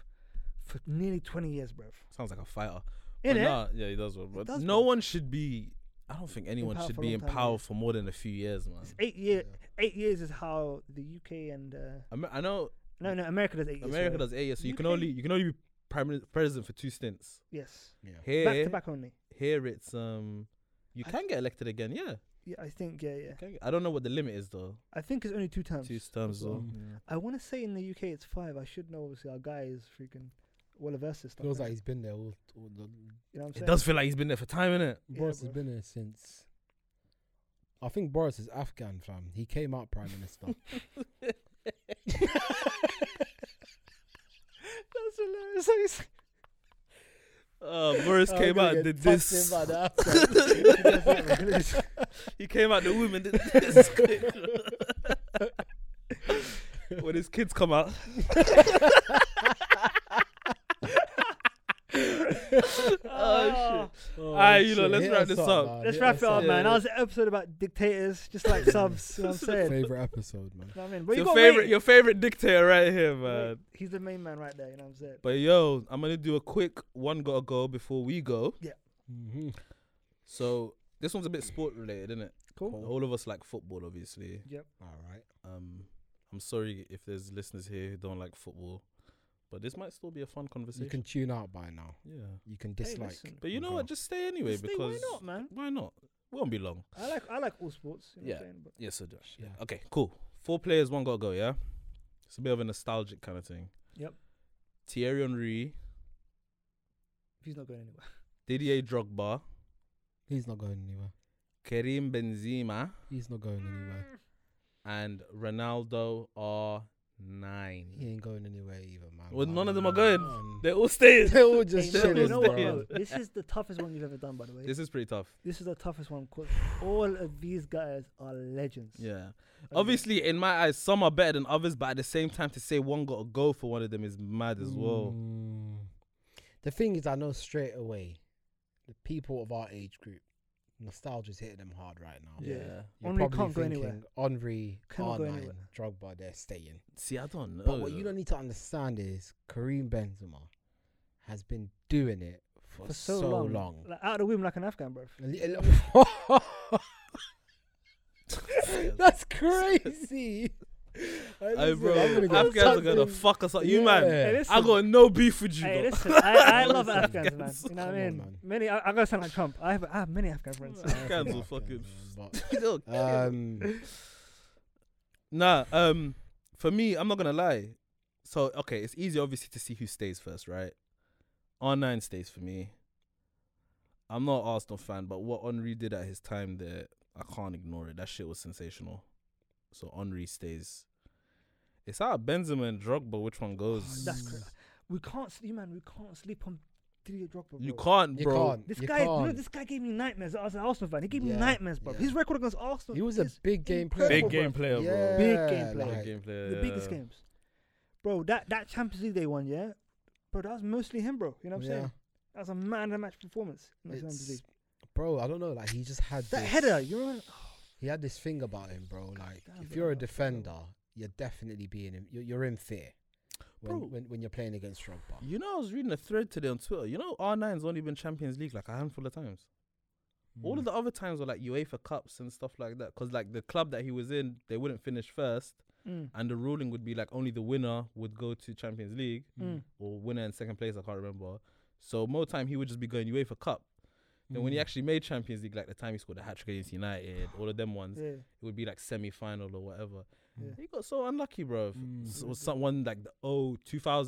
[SPEAKER 1] for nearly twenty years, bro.
[SPEAKER 3] Sounds like a fighter.
[SPEAKER 1] In
[SPEAKER 3] But
[SPEAKER 1] it,
[SPEAKER 3] nah, yeah, he does. Well, but
[SPEAKER 1] does,
[SPEAKER 3] no
[SPEAKER 1] bro.
[SPEAKER 3] one should be. I don't think anyone
[SPEAKER 1] power
[SPEAKER 3] should
[SPEAKER 1] for a
[SPEAKER 3] be
[SPEAKER 1] long
[SPEAKER 3] in
[SPEAKER 1] time, yeah.
[SPEAKER 3] power for more than a few years, man.
[SPEAKER 1] it's eight year. Eight years is how the UK and uh,
[SPEAKER 3] Amer- I know
[SPEAKER 1] no, no, America does eight years.
[SPEAKER 3] America
[SPEAKER 1] sorry.
[SPEAKER 3] does eight years, so you can
[SPEAKER 1] UK
[SPEAKER 3] only you can only be prime min- president for two stints.
[SPEAKER 1] Yes.
[SPEAKER 2] Yeah.
[SPEAKER 3] Here,
[SPEAKER 1] Back to back only.
[SPEAKER 3] here it's um, you
[SPEAKER 1] I-
[SPEAKER 3] can get elected again. Yeah,
[SPEAKER 1] Yeah, I think. Yeah, yeah.
[SPEAKER 3] You can get- I don't know what the limit is though.
[SPEAKER 1] I think it's only two terms.
[SPEAKER 3] Two terms though.
[SPEAKER 1] I want to say in the UK it's five. I should know. Obviously, our guy is freaking well versed in stuff.
[SPEAKER 2] Feels
[SPEAKER 1] innit?
[SPEAKER 2] like he's been there all, all the
[SPEAKER 1] you know what I'm saying?
[SPEAKER 3] It does feel like he's been there for time, innit?
[SPEAKER 1] Yeah,
[SPEAKER 2] Boris has
[SPEAKER 1] bro.
[SPEAKER 2] been there since. I think Boris is Afghan, fam. He came out prime minister.
[SPEAKER 1] That's hilarious. Like, it's-
[SPEAKER 3] Uh, Boris
[SPEAKER 1] Oh,
[SPEAKER 2] I'm
[SPEAKER 3] came
[SPEAKER 2] Oh, gonna
[SPEAKER 3] out and
[SPEAKER 2] get
[SPEAKER 3] did
[SPEAKER 2] fucked
[SPEAKER 3] this.
[SPEAKER 2] in by the
[SPEAKER 1] Afghan.
[SPEAKER 3] he came out the womb and did this. when his kids come out. oh shit!
[SPEAKER 2] Oh,
[SPEAKER 3] Alright, you know,
[SPEAKER 2] shit,
[SPEAKER 3] let's
[SPEAKER 2] hit
[SPEAKER 3] wrap
[SPEAKER 2] us
[SPEAKER 3] this up.
[SPEAKER 2] man,
[SPEAKER 1] Let's
[SPEAKER 2] hit
[SPEAKER 1] wrap
[SPEAKER 2] us
[SPEAKER 1] it up,
[SPEAKER 3] Yeah,
[SPEAKER 1] man.
[SPEAKER 3] yeah.
[SPEAKER 1] That was an episode about dictators, just like subs. You know what I'm saying?
[SPEAKER 2] Favorite episode, man.
[SPEAKER 1] You know what I mean? But you
[SPEAKER 3] your
[SPEAKER 1] got
[SPEAKER 3] favorite,
[SPEAKER 1] Wayne.
[SPEAKER 3] your favorite dictator right here,
[SPEAKER 1] Wayne,
[SPEAKER 3] man.
[SPEAKER 1] He's the main man right there. You know what I'm saying?
[SPEAKER 3] But yo, I'm gonna do a quick one. Gotta go before we go.
[SPEAKER 2] Mm-hmm.
[SPEAKER 3] So this one's a bit sport related, isn't it? All of us like football, obviously.
[SPEAKER 2] All right.
[SPEAKER 3] Um, I'm sorry if there's listeners here who don't like football, but this might still be a fun
[SPEAKER 2] You
[SPEAKER 3] conversation.
[SPEAKER 2] can tune out by now.
[SPEAKER 3] yeah.
[SPEAKER 2] You can dislike.
[SPEAKER 1] listen.
[SPEAKER 3] But you
[SPEAKER 2] and
[SPEAKER 3] know
[SPEAKER 2] go.
[SPEAKER 3] what? Just stay anyway
[SPEAKER 1] Just think,
[SPEAKER 3] because
[SPEAKER 1] why not, man?
[SPEAKER 3] Why not? Won't be long.
[SPEAKER 1] I like I like all sports. You know
[SPEAKER 3] Yeah.
[SPEAKER 1] What I'm saying? But
[SPEAKER 3] Yes, I do.
[SPEAKER 2] Yeah.
[SPEAKER 3] Okay, cool. Four players, one gotta go. Yeah, it's a bit of a nostalgic kind of thing.
[SPEAKER 1] Yep.
[SPEAKER 3] Thierry Henry,
[SPEAKER 1] he's not going anywhere.
[SPEAKER 3] Didier Drogba,
[SPEAKER 2] He's not going anywhere.
[SPEAKER 3] Karim Benzema,
[SPEAKER 2] He's not going anywhere.
[SPEAKER 3] and Ronaldo are nine.
[SPEAKER 2] He ain't going anywhere either, man.
[SPEAKER 3] Well,
[SPEAKER 2] Why
[SPEAKER 3] none of them
[SPEAKER 2] not?
[SPEAKER 3] are going.
[SPEAKER 2] Come on.
[SPEAKER 3] They're all staying.
[SPEAKER 2] They're all
[SPEAKER 1] Hey,
[SPEAKER 2] just
[SPEAKER 1] no,
[SPEAKER 3] shit
[SPEAKER 1] you
[SPEAKER 2] chilling,
[SPEAKER 3] is
[SPEAKER 1] know what,
[SPEAKER 2] bro.
[SPEAKER 3] there.
[SPEAKER 1] bro? This is the toughest one you've ever done, by the way.
[SPEAKER 3] This is pretty tough.
[SPEAKER 1] This is the toughest one. 'cause all of these guys are legends.
[SPEAKER 3] Yeah.
[SPEAKER 1] Okay.
[SPEAKER 3] Obviously, in my eyes, some are better than others, but at the same time, to say one got to go for one of them is mad as well.
[SPEAKER 2] Mm. The thing is, I know straight away, the people of our age group, nostalgia's hitting them hard right now.
[SPEAKER 1] Yeah.
[SPEAKER 2] You're
[SPEAKER 1] Henry
[SPEAKER 2] probably
[SPEAKER 1] can't go anywhere.
[SPEAKER 2] thinking, Henry,
[SPEAKER 1] Cannot go
[SPEAKER 2] R9,
[SPEAKER 1] anywhere.
[SPEAKER 2] Drogba, they're staying.
[SPEAKER 3] See, I don't know.
[SPEAKER 2] But what you don't need to understand is Karim Benzema has been doing it for, so, long.
[SPEAKER 1] Like, out of the womb like an Afghan, bro.
[SPEAKER 2] That's crazy.
[SPEAKER 3] Hey, bro,
[SPEAKER 2] I'm gonna go
[SPEAKER 3] Afghans are gonna
[SPEAKER 2] something-
[SPEAKER 3] fuck us up. You man,
[SPEAKER 2] Yeah.
[SPEAKER 1] Hey, listen,
[SPEAKER 3] I got no beef with you.
[SPEAKER 1] Hey,
[SPEAKER 3] though.
[SPEAKER 1] listen, I, I love
[SPEAKER 2] Listen.
[SPEAKER 1] Afghans, man. You know what
[SPEAKER 2] Come
[SPEAKER 1] I
[SPEAKER 2] on,
[SPEAKER 1] mean?
[SPEAKER 2] man.
[SPEAKER 1] many. I, I'm gonna sound like Trump. I have, I have many Afghan friends.
[SPEAKER 2] I don't
[SPEAKER 3] Cancel
[SPEAKER 2] think I
[SPEAKER 3] fucking-
[SPEAKER 2] can,
[SPEAKER 3] You don't
[SPEAKER 2] but,
[SPEAKER 3] care.
[SPEAKER 2] um,
[SPEAKER 3] Nah, um, for me, I'm not gonna lie. So okay, it's easy obviously to see who stays first, right? R9 stays for me. I'm not an Arsenal fan, but what Henri did at his time there, I can't ignore it. That shit was sensational. So Henri stays. It's out of Benzema and Drogba. Which one goes?
[SPEAKER 1] That's cra- We can't sleep, man. We can't sleep on Didier Drogba.
[SPEAKER 3] you
[SPEAKER 1] bro.
[SPEAKER 3] can't,
[SPEAKER 2] You
[SPEAKER 3] bro.
[SPEAKER 2] can't.
[SPEAKER 1] This
[SPEAKER 2] you
[SPEAKER 1] guy, you know,
[SPEAKER 2] can't.
[SPEAKER 1] this guy gave me nightmares. I was an Arsenal fan. He gave
[SPEAKER 2] Yeah,
[SPEAKER 1] me nightmares, bro.
[SPEAKER 2] yeah.
[SPEAKER 1] His record against Arsenal.
[SPEAKER 2] He was a
[SPEAKER 1] is
[SPEAKER 2] big game player.
[SPEAKER 1] incredible,
[SPEAKER 3] Big game
[SPEAKER 1] bro.
[SPEAKER 3] player, bro.
[SPEAKER 2] Yeah,
[SPEAKER 1] Big game player.
[SPEAKER 3] Big
[SPEAKER 2] like,
[SPEAKER 3] game player.
[SPEAKER 1] The biggest
[SPEAKER 3] yeah.
[SPEAKER 1] games, bro. That that Champions League they won, yeah, bro. That was mostly him, bro. You know what I'm saying? That was a man of the match performance. In the Champions
[SPEAKER 2] It's-
[SPEAKER 1] League.
[SPEAKER 2] bro, I don't know. Like he just had
[SPEAKER 1] That
[SPEAKER 2] this-
[SPEAKER 1] header, you remember?
[SPEAKER 2] He had this thing about him, bro. Like
[SPEAKER 1] damn,
[SPEAKER 2] if
[SPEAKER 1] bro,
[SPEAKER 2] you're a
[SPEAKER 1] that's so-
[SPEAKER 2] defender, you're definitely being in, you're, you're in fear when,
[SPEAKER 3] Bro.
[SPEAKER 2] when when you're playing against Drogba.
[SPEAKER 3] You know, I was reading a thread today on Twitter. You know, R9's only been Champions League like a handful of times. All of the other times were like UEFA Cups and stuff like that. Because, like, the club that he was in, they wouldn't finish first.
[SPEAKER 1] Mm.
[SPEAKER 3] And the ruling would be like only the winner would go to Champions League
[SPEAKER 1] Mm.
[SPEAKER 3] or winner and second place. I can't remember. So, more time he would just be going UEFA Cup.
[SPEAKER 2] Mm.
[SPEAKER 3] Then, when he actually made Champions League, like the time he scored a hat trick against United, all of them ones,
[SPEAKER 1] mm, Yeah.
[SPEAKER 3] it would be like semi final or whatever.
[SPEAKER 1] Yeah.
[SPEAKER 3] He got so unlucky, bro.
[SPEAKER 2] Mm.
[SPEAKER 3] S- was someone like the oh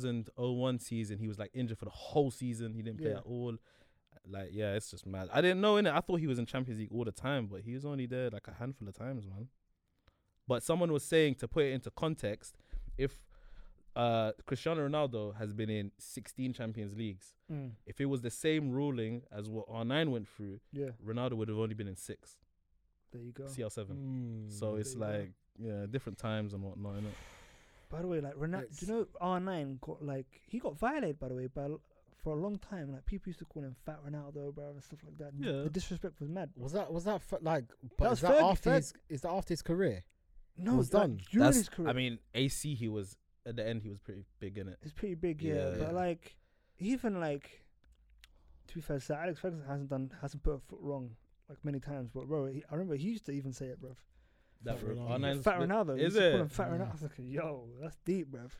[SPEAKER 3] 2001 season he was like injured for the whole season he didn't play
[SPEAKER 1] Yeah.
[SPEAKER 3] at all like yeah it's just mad i didn't know in i thought he was in champions league all the time but he was only there like a handful of times man but someone was saying to put it into context if uh cristiano ronaldo has been in 16 champions leagues
[SPEAKER 1] Mm.
[SPEAKER 3] if it was the same ruling as what r9 went through
[SPEAKER 1] Yeah.
[SPEAKER 3] ronaldo would have only been in six
[SPEAKER 1] There you go.
[SPEAKER 3] cl7
[SPEAKER 2] Mm.
[SPEAKER 3] so it's
[SPEAKER 1] There you go.
[SPEAKER 3] like yeah different times and whatnot innit?
[SPEAKER 1] By the way, like Ronaldo, do you know R9 got like he got violated by the way by l- for a long time. Like people used to call him Fat Ronaldo, bro, and stuff like that. D-
[SPEAKER 3] Yeah.
[SPEAKER 1] The disrespect was mad.
[SPEAKER 2] was that was that f- like? But
[SPEAKER 1] That
[SPEAKER 2] is
[SPEAKER 1] was
[SPEAKER 2] that
[SPEAKER 1] Fergie,
[SPEAKER 2] after
[SPEAKER 1] Ferg.
[SPEAKER 2] his is that after his career?
[SPEAKER 1] No,
[SPEAKER 2] was
[SPEAKER 1] it's like,
[SPEAKER 2] done.
[SPEAKER 1] during
[SPEAKER 3] That's-
[SPEAKER 1] his career.
[SPEAKER 3] I mean, AC he was at the end he was pretty big in it.
[SPEAKER 1] it's pretty big, yeah.
[SPEAKER 3] Yeah.
[SPEAKER 1] But like, even like, to be fair, Sir Alex Ferguson hasn't done hasn't put a foot wrong like many times. But bro, he, I remember he used to even say it, bro.
[SPEAKER 3] That
[SPEAKER 2] Fat
[SPEAKER 3] for
[SPEAKER 2] Ronaldo.
[SPEAKER 3] R9's
[SPEAKER 1] Fat
[SPEAKER 3] the-
[SPEAKER 1] Ronaldo, he
[SPEAKER 3] is
[SPEAKER 1] used to
[SPEAKER 3] it? Mm.
[SPEAKER 1] Call him Fat
[SPEAKER 2] Yeah.
[SPEAKER 1] Ronaldo. I was like, yo, that's deep, bruv. And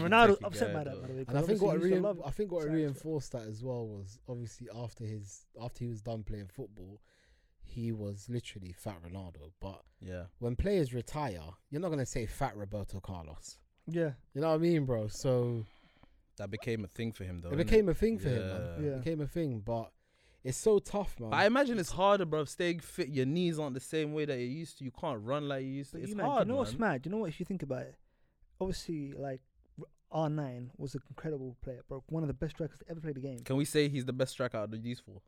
[SPEAKER 3] techie-
[SPEAKER 1] Ronaldo
[SPEAKER 3] techie
[SPEAKER 1] upset
[SPEAKER 3] guy,
[SPEAKER 1] by that,
[SPEAKER 3] though.
[SPEAKER 1] by the way.
[SPEAKER 2] And I
[SPEAKER 1] 'cause
[SPEAKER 2] think
[SPEAKER 1] obviously
[SPEAKER 2] what
[SPEAKER 1] he used
[SPEAKER 2] re-
[SPEAKER 1] to love
[SPEAKER 2] I think what
[SPEAKER 1] Sir Alex Ferguson.
[SPEAKER 2] reinforced that as well was obviously after his after he was done playing football, he was literally Fat Ronaldo. But
[SPEAKER 3] Yeah,
[SPEAKER 2] when players retire, you're not gonna say Fat Roberto Carlos.
[SPEAKER 1] Yeah,
[SPEAKER 2] You know what I mean, bro? So
[SPEAKER 3] that became a thing for him though.
[SPEAKER 2] it
[SPEAKER 3] innit?
[SPEAKER 2] became a thing for him. Man.
[SPEAKER 3] Yeah.
[SPEAKER 1] yeah.
[SPEAKER 2] It became a thing, but it's so tough, man.
[SPEAKER 3] But I imagine it's harder, bro. Staying fit, your knees aren't the same way that you used to. You can't run like you used to.
[SPEAKER 1] But
[SPEAKER 3] It's
[SPEAKER 1] you, man,
[SPEAKER 3] hard,
[SPEAKER 1] you know what's
[SPEAKER 3] man.
[SPEAKER 1] mad? You know what? If you think about it, obviously, like R nine was an incredible player, bro. One of the best strikers to ever play the game.
[SPEAKER 3] Can we say he's the best striker out of these four?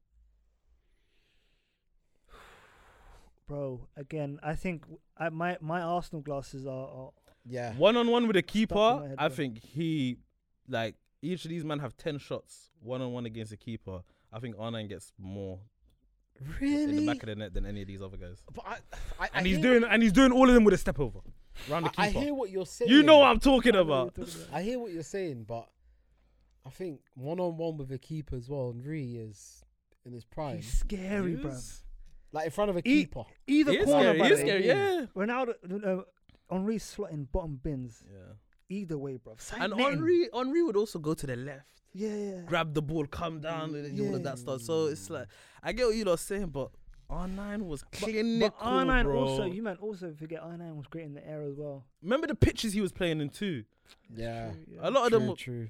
[SPEAKER 1] Bro, again, I think w- I, my my Arsenal glasses are, are
[SPEAKER 2] yeah,
[SPEAKER 3] One on one with a
[SPEAKER 1] my
[SPEAKER 3] keeper,
[SPEAKER 1] head,
[SPEAKER 3] I
[SPEAKER 1] bro.
[SPEAKER 3] think he like each of these men have ten shots one on one against a keeper. I think R9 gets more in the
[SPEAKER 2] really.
[SPEAKER 3] back of the net than any of these other guys.
[SPEAKER 2] But I, I, I
[SPEAKER 3] And he's
[SPEAKER 2] hear
[SPEAKER 3] doing and he's doing all of them with a step over. Round the
[SPEAKER 2] what- I, I
[SPEAKER 3] keeper.
[SPEAKER 2] hear what you're saying.
[SPEAKER 3] You know what I'm talking
[SPEAKER 1] I know what you're
[SPEAKER 3] about.
[SPEAKER 1] talking about.
[SPEAKER 2] I hear what you're saying, but I think one on one with a keeper as well, and Ree is in his prime,
[SPEAKER 1] He's scary,
[SPEAKER 3] He
[SPEAKER 1] bro.
[SPEAKER 3] is-
[SPEAKER 2] like in front of a
[SPEAKER 1] He-
[SPEAKER 2] keeper.
[SPEAKER 1] Either
[SPEAKER 3] he is
[SPEAKER 1] corner,
[SPEAKER 3] scary,
[SPEAKER 1] by
[SPEAKER 3] he
[SPEAKER 1] the
[SPEAKER 3] is
[SPEAKER 1] way.
[SPEAKER 3] scary, yeah.
[SPEAKER 1] Ronaldo, uh, Henri slotting bottom bins.
[SPEAKER 3] Yeah.
[SPEAKER 1] Either way, bro. Side
[SPEAKER 3] And
[SPEAKER 1] netting.
[SPEAKER 3] Henri, Henri would also go to the left,
[SPEAKER 1] yeah, yeah.
[SPEAKER 3] grab the ball, come down, and all of that stuff. So it's like, I get what you lot are saying, but R9 was clinical,
[SPEAKER 1] But R nine
[SPEAKER 3] bro.
[SPEAKER 1] also, you man, also forget R nine was great in the air as well.
[SPEAKER 3] Remember the pitches he was playing in too?
[SPEAKER 2] Yeah,
[SPEAKER 1] True, yeah.
[SPEAKER 3] A lot of them
[SPEAKER 2] true,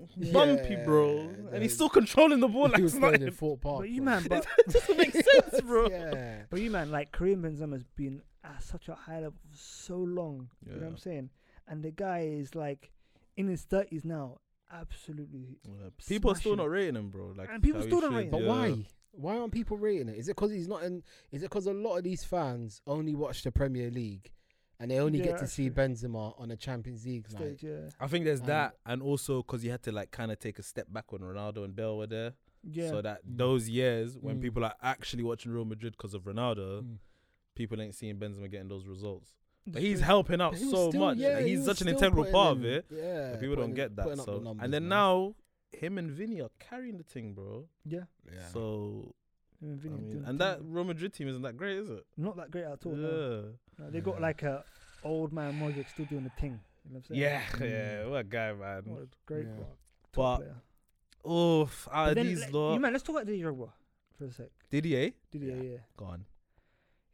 [SPEAKER 3] were
[SPEAKER 2] true.
[SPEAKER 3] bumpy, bro.
[SPEAKER 2] Yeah,
[SPEAKER 3] And he's
[SPEAKER 2] yeah.
[SPEAKER 3] still controlling the ball like
[SPEAKER 2] he was
[SPEAKER 3] it's
[SPEAKER 2] playing
[SPEAKER 3] nothing.
[SPEAKER 2] in Fort Park.
[SPEAKER 1] But you
[SPEAKER 2] bro.
[SPEAKER 1] man, but
[SPEAKER 3] It doesn't make sense, bro.
[SPEAKER 2] yeah,
[SPEAKER 1] But you man, like Karim Benzema's been at such a high level for so long. You know
[SPEAKER 3] Yeah.
[SPEAKER 1] what I'm saying? And the guy is like in his thirties now, absolutely.
[SPEAKER 3] Yeah, People are still
[SPEAKER 1] Smashing.
[SPEAKER 3] not rating him, bro. Like,
[SPEAKER 1] And people
[SPEAKER 3] how he
[SPEAKER 1] still don't
[SPEAKER 3] should,
[SPEAKER 1] rate him.
[SPEAKER 2] but
[SPEAKER 3] yeah.
[SPEAKER 2] why? Why aren't people rating it? Is it because he's not in? Is it because a lot of these fans only watch the Premier League, and they only
[SPEAKER 1] Yeah,
[SPEAKER 2] get to
[SPEAKER 1] that's
[SPEAKER 2] see
[SPEAKER 1] true.
[SPEAKER 2] Benzema on a Champions League night?
[SPEAKER 1] Stage, yeah,
[SPEAKER 3] I think there's
[SPEAKER 2] And-
[SPEAKER 3] that, and also because you had to like kind of take a step back when Ronaldo and Bell were there,
[SPEAKER 1] yeah.
[SPEAKER 3] so that
[SPEAKER 2] Mm.
[SPEAKER 3] those years when
[SPEAKER 2] Mm.
[SPEAKER 3] people are actually watching Real Madrid because of Ronaldo,
[SPEAKER 2] Mm.
[SPEAKER 3] people ain't seeing Benzema getting those results.
[SPEAKER 1] That's
[SPEAKER 3] But he's
[SPEAKER 1] true.
[SPEAKER 3] helping out
[SPEAKER 2] But he was
[SPEAKER 3] so
[SPEAKER 2] still-
[SPEAKER 3] much.
[SPEAKER 2] yeah,
[SPEAKER 3] like,
[SPEAKER 2] he
[SPEAKER 3] he's
[SPEAKER 2] was
[SPEAKER 3] such an
[SPEAKER 2] still
[SPEAKER 3] integral
[SPEAKER 2] putting
[SPEAKER 3] part of
[SPEAKER 2] in-
[SPEAKER 3] it.
[SPEAKER 2] Yeah,
[SPEAKER 3] but people don't
[SPEAKER 2] putting-
[SPEAKER 3] get that.
[SPEAKER 2] putting up the
[SPEAKER 3] So
[SPEAKER 2] numbers,
[SPEAKER 3] and then
[SPEAKER 2] man.
[SPEAKER 3] now him and Vinny are carrying the thing, bro.
[SPEAKER 1] yeah.
[SPEAKER 2] Yeah.
[SPEAKER 3] So
[SPEAKER 1] Him and
[SPEAKER 3] I
[SPEAKER 1] Vinny
[SPEAKER 3] mean-
[SPEAKER 1] doing
[SPEAKER 3] and
[SPEAKER 1] the
[SPEAKER 3] that
[SPEAKER 1] thing.
[SPEAKER 3] Real Madrid team isn't that great, is it?
[SPEAKER 1] not that great at all. No.
[SPEAKER 3] yeah.
[SPEAKER 1] No, they got
[SPEAKER 2] Yeah.
[SPEAKER 1] like a old man Modric still doing the thing. You know what I'm saying?
[SPEAKER 3] Yeah,
[SPEAKER 2] Mm.
[SPEAKER 3] yeah, what a guy, man.
[SPEAKER 1] What a great
[SPEAKER 2] Yeah.
[SPEAKER 1] what a
[SPEAKER 3] But-
[SPEAKER 1] top player.
[SPEAKER 3] Oh, f- out
[SPEAKER 1] But
[SPEAKER 3] of
[SPEAKER 1] then
[SPEAKER 3] these
[SPEAKER 1] let-
[SPEAKER 3] lot,
[SPEAKER 1] you man, let's talk about Didier Drogba for a sec.
[SPEAKER 3] Didier
[SPEAKER 1] Didier,
[SPEAKER 2] Yeah.
[SPEAKER 1] yeah.
[SPEAKER 3] gone.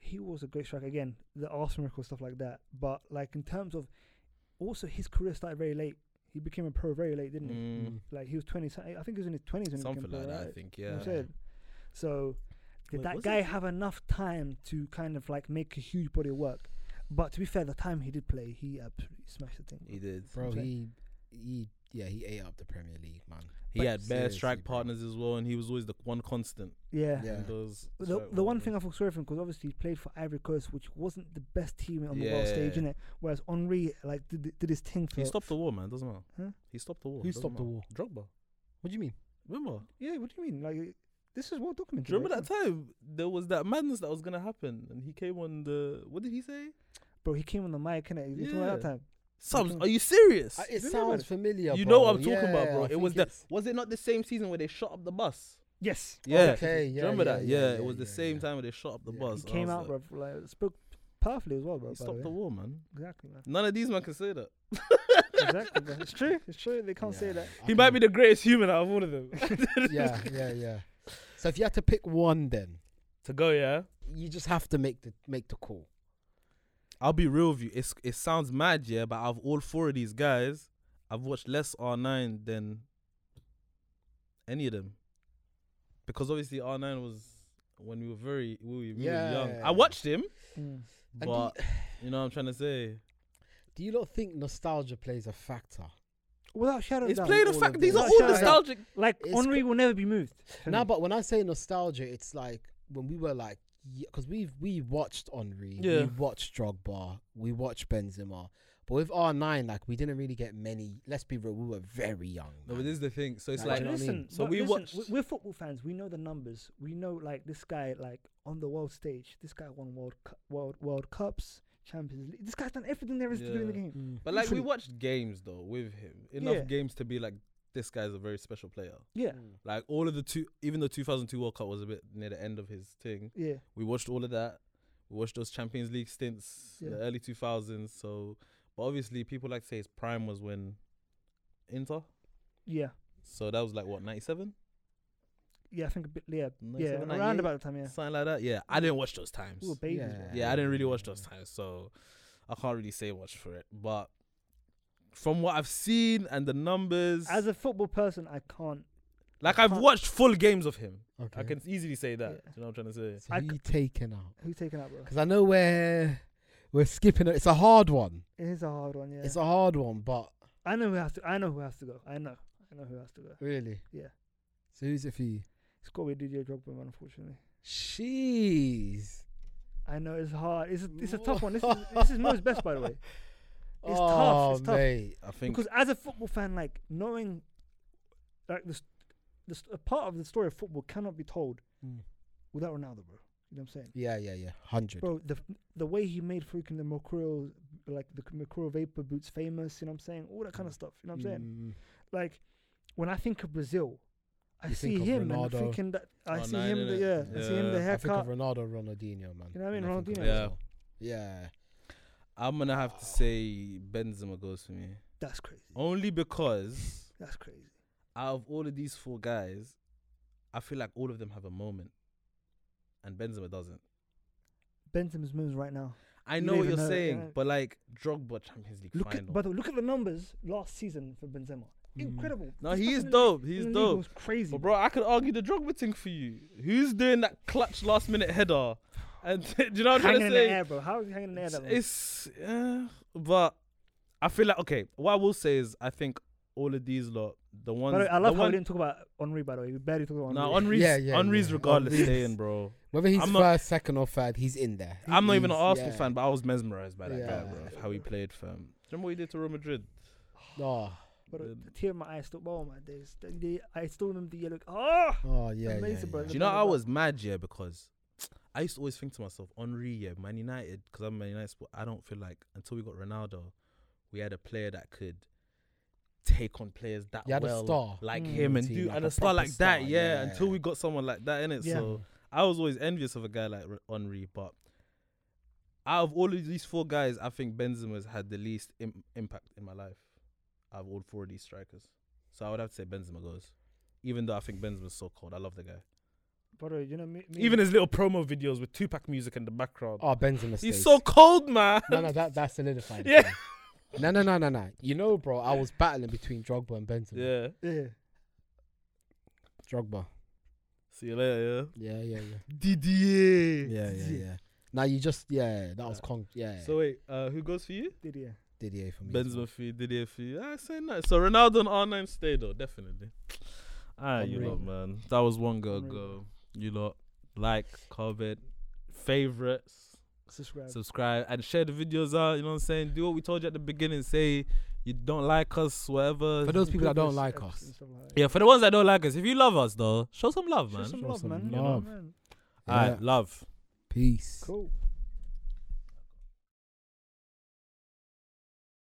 [SPEAKER 1] he was a great striker again, the Arsenal record stuff like that. But like in terms of, also his career started very late. He became a pro very late, didn't he?
[SPEAKER 3] Mm,
[SPEAKER 1] Like he was twenty. I think he was in his twenties when he
[SPEAKER 3] Something
[SPEAKER 1] became a
[SPEAKER 3] like
[SPEAKER 1] pro,
[SPEAKER 3] that,
[SPEAKER 1] right?
[SPEAKER 3] I think.
[SPEAKER 1] You know
[SPEAKER 3] Yeah.
[SPEAKER 1] what I'm saying? So did
[SPEAKER 3] Wait,
[SPEAKER 1] that
[SPEAKER 3] was
[SPEAKER 1] guy
[SPEAKER 3] it?
[SPEAKER 1] have enough time to kind of like make a huge body of work? But to be fair, the time he did play, he absolutely smashed the thing.
[SPEAKER 3] He did.
[SPEAKER 2] bro.
[SPEAKER 1] Okay.
[SPEAKER 2] He, he, yeah, he ate up the Premier League, man.
[SPEAKER 3] He
[SPEAKER 2] But
[SPEAKER 3] had bare
[SPEAKER 2] seriously,
[SPEAKER 3] strike
[SPEAKER 2] bro.
[SPEAKER 3] partners as well, and he was always the one constant.
[SPEAKER 1] Yeah.
[SPEAKER 2] Yeah.
[SPEAKER 3] in those
[SPEAKER 1] The,
[SPEAKER 3] strike
[SPEAKER 1] the one
[SPEAKER 3] partners.
[SPEAKER 1] thing I felt sorry for him because obviously he played for Ivory Coast, which wasn't the best team on the world
[SPEAKER 3] Yeah.
[SPEAKER 1] stage, innit? Whereas Henri like did, did his thing for.
[SPEAKER 3] he stopped the war, man. Doesn't matter.
[SPEAKER 1] Huh?
[SPEAKER 3] He stopped the war.
[SPEAKER 2] Who
[SPEAKER 3] doesn't
[SPEAKER 2] stopped the
[SPEAKER 3] matter.
[SPEAKER 2] war?
[SPEAKER 3] Drogba.
[SPEAKER 2] What do you mean?
[SPEAKER 3] Remember?
[SPEAKER 1] yeah, what do you mean? Like it- this is well documented.
[SPEAKER 3] Do you remember
[SPEAKER 1] right?
[SPEAKER 3] that time there was that madness that was gonna happen, and he came on the what did he say?
[SPEAKER 1] bro? He came on the mic, innit? You remember that
[SPEAKER 3] Yeah.
[SPEAKER 1] time?
[SPEAKER 3] Subs,
[SPEAKER 1] think-
[SPEAKER 3] are you serious?
[SPEAKER 2] Uh,
[SPEAKER 1] you
[SPEAKER 2] it
[SPEAKER 1] remember
[SPEAKER 2] sounds
[SPEAKER 1] it?
[SPEAKER 2] familiar.
[SPEAKER 3] you
[SPEAKER 2] bro.
[SPEAKER 3] know what I'm talking about,
[SPEAKER 2] Yeah,
[SPEAKER 3] bro.
[SPEAKER 2] I
[SPEAKER 3] It was
[SPEAKER 2] think
[SPEAKER 3] that.
[SPEAKER 2] it's-
[SPEAKER 3] Was it not the same season where they shot up the bus?
[SPEAKER 1] Yes.
[SPEAKER 3] Yeah.
[SPEAKER 2] Okay,
[SPEAKER 3] Do
[SPEAKER 2] yeah,
[SPEAKER 3] you remember
[SPEAKER 2] yeah,
[SPEAKER 3] that?
[SPEAKER 2] yeah,
[SPEAKER 3] Yeah, it
[SPEAKER 2] yeah,
[SPEAKER 3] was the
[SPEAKER 2] yeah,
[SPEAKER 3] same
[SPEAKER 2] yeah.
[SPEAKER 3] time where they shot up the
[SPEAKER 2] Yeah.
[SPEAKER 3] bus.
[SPEAKER 1] He
[SPEAKER 3] I
[SPEAKER 1] came
[SPEAKER 3] was
[SPEAKER 1] out,
[SPEAKER 3] like,
[SPEAKER 1] bro. Like spoke powerfully as well, bro.
[SPEAKER 3] He
[SPEAKER 1] by the way.
[SPEAKER 2] uh,
[SPEAKER 3] stopped the war, man.
[SPEAKER 1] Exactly, man.
[SPEAKER 3] None of these men can say that.
[SPEAKER 1] exactly, bro. It's true. It's true. They can't say
[SPEAKER 2] Yeah,
[SPEAKER 1] that.
[SPEAKER 2] I
[SPEAKER 3] He might
[SPEAKER 2] can-
[SPEAKER 3] be the greatest human out of all of them.
[SPEAKER 2] yeah, yeah, yeah. So if you had to pick one, then
[SPEAKER 3] to go, yeah.
[SPEAKER 2] you just have to make the make the call.
[SPEAKER 3] I'll be real with you. It's it sounds mad, yeah, but out of all four of these guys, I've watched less R9 than any of them. Because obviously R9 was when we were very we were, we were young.
[SPEAKER 2] Yeah.
[SPEAKER 3] I watched him,
[SPEAKER 1] Mm.
[SPEAKER 2] And do
[SPEAKER 3] but
[SPEAKER 2] you-
[SPEAKER 3] you know what I'm trying to say.
[SPEAKER 2] do you not think nostalgia plays a factor?
[SPEAKER 1] Without shadow of
[SPEAKER 3] It's
[SPEAKER 1] doubt.
[SPEAKER 3] played a
[SPEAKER 2] all
[SPEAKER 3] fact.
[SPEAKER 2] of
[SPEAKER 3] These
[SPEAKER 1] them.
[SPEAKER 3] are all
[SPEAKER 1] Shout out.
[SPEAKER 3] nostalgic.
[SPEAKER 1] like
[SPEAKER 2] it's
[SPEAKER 1] Henri will never be moved. for
[SPEAKER 2] Now,
[SPEAKER 1] me.
[SPEAKER 2] but when I say nostalgia, it's like when we were like, because we've we watched Henri,
[SPEAKER 3] Yeah.
[SPEAKER 2] we watched Drogba, we watched Benzema, but with R nine, like we didn't really get many. Let's be real, we were very young.
[SPEAKER 3] No, but
[SPEAKER 2] man.
[SPEAKER 3] this is the thing. So it's
[SPEAKER 2] Like,
[SPEAKER 3] like
[SPEAKER 2] you know what I mean?
[SPEAKER 1] listen,
[SPEAKER 3] So
[SPEAKER 1] but
[SPEAKER 3] we
[SPEAKER 1] listen,
[SPEAKER 3] watched-
[SPEAKER 1] we- We're football fans. We know the numbers. We know like this guy, like on the world stage. This guy won world Cu- world world cups, Champions League. This guy's done everything there is to do in the
[SPEAKER 3] Yeah.
[SPEAKER 1] game.
[SPEAKER 2] Mm.
[SPEAKER 3] But like we
[SPEAKER 1] Literally.
[SPEAKER 3] watched games though with him. Enough
[SPEAKER 1] Yeah.
[SPEAKER 3] games to be like this guy's a very special player.
[SPEAKER 1] Yeah,
[SPEAKER 2] Mm.
[SPEAKER 3] Like all of the two even the 2002 World Cup was a bit near the end of his thing.
[SPEAKER 1] yeah.
[SPEAKER 3] we watched all of that. We watched those Champions League stints in the
[SPEAKER 1] Yeah.
[SPEAKER 3] early 2000s. So, but obviously, people like to say his prime was when Inter.
[SPEAKER 1] Yeah,
[SPEAKER 3] So that was like what 97,
[SPEAKER 1] yeah, I think a bit, yeah, yeah,
[SPEAKER 3] 97
[SPEAKER 1] around about the time, yeah.
[SPEAKER 3] something like that. Yeah, I didn't watch those times.
[SPEAKER 1] We were babies. bro.
[SPEAKER 2] Yeah.
[SPEAKER 3] yeah, I didn't really watch
[SPEAKER 2] Yeah.
[SPEAKER 3] those times, so I can't really say much for it. But from what I've seen and the numbers,
[SPEAKER 1] As a football person, I can't.
[SPEAKER 3] like I've
[SPEAKER 1] can't-
[SPEAKER 3] watched full games of him.
[SPEAKER 2] Okay.
[SPEAKER 3] I can easily say that.
[SPEAKER 1] Yeah.
[SPEAKER 3] Do You know what I'm trying to say?
[SPEAKER 2] So
[SPEAKER 1] I
[SPEAKER 2] who
[SPEAKER 1] c-
[SPEAKER 2] you taking out?
[SPEAKER 1] Who's taking out, bro?
[SPEAKER 2] Because I know we're we're skipping. it. It's a hard one.
[SPEAKER 1] It is a hard one. Yeah,
[SPEAKER 2] It's a hard one, but
[SPEAKER 1] I know who has to. I know who has to go. I know. I know who has to go.
[SPEAKER 2] really,
[SPEAKER 1] Yeah.
[SPEAKER 2] So who's it for you?
[SPEAKER 1] It's got to be DJ Drogba, man, unfortunately.
[SPEAKER 2] Jeez.
[SPEAKER 1] I know it's hard. It's a, it's a tough one. This is, this is Mo's best, by the way. It's tough, it's tough.
[SPEAKER 2] Oh, Mate.
[SPEAKER 3] I think
[SPEAKER 1] Because as a football fan, like knowing, like this, this a part of the story of football cannot be told
[SPEAKER 2] Mm.
[SPEAKER 1] without Ronaldo, bro. You know what I'm saying,
[SPEAKER 2] Yeah, yeah, yeah. Hundred.
[SPEAKER 1] bro? The the way he made freaking the Mercurial, like the Mercurial vapor boots famous. You know what I'm saying? All that kind of stuff. You know what I'm saying?
[SPEAKER 2] Mm,
[SPEAKER 1] Like when I think of Brazil, I
[SPEAKER 2] You
[SPEAKER 1] see
[SPEAKER 2] think of
[SPEAKER 1] him and
[SPEAKER 2] Ronaldo.
[SPEAKER 1] freaking that. I
[SPEAKER 3] Oh,
[SPEAKER 1] see
[SPEAKER 3] nine,
[SPEAKER 1] him. The, yeah,
[SPEAKER 3] innit?
[SPEAKER 1] I see him the
[SPEAKER 3] Yeah.
[SPEAKER 2] I think of
[SPEAKER 1] haircut.
[SPEAKER 2] Ronaldo, Ronaldinho, man.
[SPEAKER 1] You know what I mean?
[SPEAKER 2] When think of
[SPEAKER 3] Ronaldinho. Yeah.
[SPEAKER 2] Brazil. Yeah.
[SPEAKER 3] I'm gonna have to say Benzema goes for me.
[SPEAKER 1] That's crazy.
[SPEAKER 3] Only because
[SPEAKER 1] That's crazy.
[SPEAKER 3] out of all of these four guys, I feel like all of them have a moment, and Benzema doesn't.
[SPEAKER 1] Benzema's moves right now.
[SPEAKER 3] I
[SPEAKER 1] You
[SPEAKER 3] know
[SPEAKER 1] don't
[SPEAKER 3] what
[SPEAKER 1] even
[SPEAKER 3] you're
[SPEAKER 1] know that,
[SPEAKER 3] saying,
[SPEAKER 1] yeah.
[SPEAKER 3] but like Drogba Champions League
[SPEAKER 1] Look at,
[SPEAKER 3] final.
[SPEAKER 1] by the way, look at the numbers last season for Benzema. Incredible.
[SPEAKER 3] no,
[SPEAKER 1] This
[SPEAKER 3] he
[SPEAKER 1] stuff
[SPEAKER 3] is
[SPEAKER 1] in the-
[SPEAKER 3] dope.
[SPEAKER 1] in
[SPEAKER 3] He's
[SPEAKER 1] the league
[SPEAKER 3] dope.
[SPEAKER 1] Was crazy.
[SPEAKER 3] But bro, I could argue the Drogba thing for you. Who's doing that clutch last minute header? And do you know what
[SPEAKER 1] hanging in
[SPEAKER 3] I'm trying to say?
[SPEAKER 1] the air, bro. How is he hanging in the air? That long?
[SPEAKER 3] It's, uh, but I feel like okay. What I will say is I think all of these lot, the ones,
[SPEAKER 1] By the way, I love
[SPEAKER 3] the
[SPEAKER 1] how
[SPEAKER 3] one,
[SPEAKER 1] we didn't talk about Henri. By the way, we barely talked about
[SPEAKER 3] Nah,
[SPEAKER 1] Henri.
[SPEAKER 3] Henri's,
[SPEAKER 2] Yeah, yeah,
[SPEAKER 3] Henri's
[SPEAKER 2] yeah.
[SPEAKER 3] regardless
[SPEAKER 2] Henri's-
[SPEAKER 3] staying, bro.
[SPEAKER 2] Whether he's
[SPEAKER 3] I'm not-
[SPEAKER 2] first, second, or third, he's in there.
[SPEAKER 3] I'm not even an
[SPEAKER 2] He's-
[SPEAKER 3] Arsenal
[SPEAKER 2] yeah.
[SPEAKER 3] fan, but I was mesmerized by that guy,
[SPEAKER 2] Yeah.
[SPEAKER 3] bro. How he played, fam. Remember what he did to Real Madrid?
[SPEAKER 2] Oh,
[SPEAKER 1] But
[SPEAKER 3] Did-
[SPEAKER 1] the tear in my eye still. Oh my days. The- the- I still remember the yellow. Oh,
[SPEAKER 2] oh yeah,
[SPEAKER 1] Amazing,
[SPEAKER 2] yeah,
[SPEAKER 1] bro.
[SPEAKER 2] yeah.
[SPEAKER 3] Do you know I was mad, yeah, because I used to always think to myself, Henri, yeah, Man United, because I'm a Man United sport. I don't feel like until we got Ronaldo, we had a player that could take on players that
[SPEAKER 2] You had a
[SPEAKER 3] well,
[SPEAKER 2] star
[SPEAKER 3] like
[SPEAKER 1] Mm.
[SPEAKER 3] him, and
[SPEAKER 2] team,
[SPEAKER 3] do
[SPEAKER 2] like
[SPEAKER 3] and
[SPEAKER 2] a
[SPEAKER 3] a star
[SPEAKER 2] proper
[SPEAKER 3] like that,
[SPEAKER 2] star,
[SPEAKER 3] yeah,
[SPEAKER 2] yeah.
[SPEAKER 3] Until we got someone like that in it,
[SPEAKER 1] Yeah.
[SPEAKER 3] so I was always envious of a guy like Re- Henri, but. Out of all of these four guys, I think Benzema's had the least Im- impact in my life. Out of all four of these strikers, so I would have to say Benzema goes. Even though I think Benzema's so cold, I love the guy.
[SPEAKER 1] by the way, you know me. me
[SPEAKER 3] Even his little promo videos with Tupac music in the background.
[SPEAKER 2] Oh, Benzema.
[SPEAKER 3] He's
[SPEAKER 2] stays.
[SPEAKER 3] so cold, man.
[SPEAKER 2] No, no, that that solidified. it
[SPEAKER 3] Yeah.
[SPEAKER 2] for me. No, no, no, no, no. You know, bro, I was battling between Drogba and Benzema.
[SPEAKER 3] Yeah.
[SPEAKER 1] yeah.
[SPEAKER 2] Drogba.
[SPEAKER 3] See you later,
[SPEAKER 2] Yeah, yeah, yeah.
[SPEAKER 3] yeah. DDA.
[SPEAKER 2] Yeah, yeah, yeah. Now you just yeah, that was con yeah.
[SPEAKER 3] Uh, So wait, uh, who goes for you?
[SPEAKER 1] Didier.
[SPEAKER 2] Didier for me. as well.
[SPEAKER 3] Benzema for you, Didier for you. I say no. So Ronaldo and R9 stay though, definitely. Ah, you
[SPEAKER 2] Unreal.
[SPEAKER 3] lot, man. That was one go
[SPEAKER 1] Unreal.
[SPEAKER 3] go. You lot like, comment, favorites,
[SPEAKER 1] Subscribe.
[SPEAKER 3] subscribe, and share the videos out. You know what I'm saying? Do what we told you at the beginning. Say you don't like us, whatever.
[SPEAKER 2] For those people that don't
[SPEAKER 1] Improvements,
[SPEAKER 2] like
[SPEAKER 1] episodes
[SPEAKER 2] us.
[SPEAKER 1] and stuff like that.
[SPEAKER 3] yeah, for the ones that don't like us, if you love us though, show some love,
[SPEAKER 1] Show
[SPEAKER 3] man.
[SPEAKER 1] some
[SPEAKER 2] Show
[SPEAKER 1] love,
[SPEAKER 2] some
[SPEAKER 1] man.
[SPEAKER 2] love.
[SPEAKER 1] You know, man.
[SPEAKER 3] All
[SPEAKER 2] Yeah.
[SPEAKER 3] right, love.
[SPEAKER 2] Peace.
[SPEAKER 1] Cool.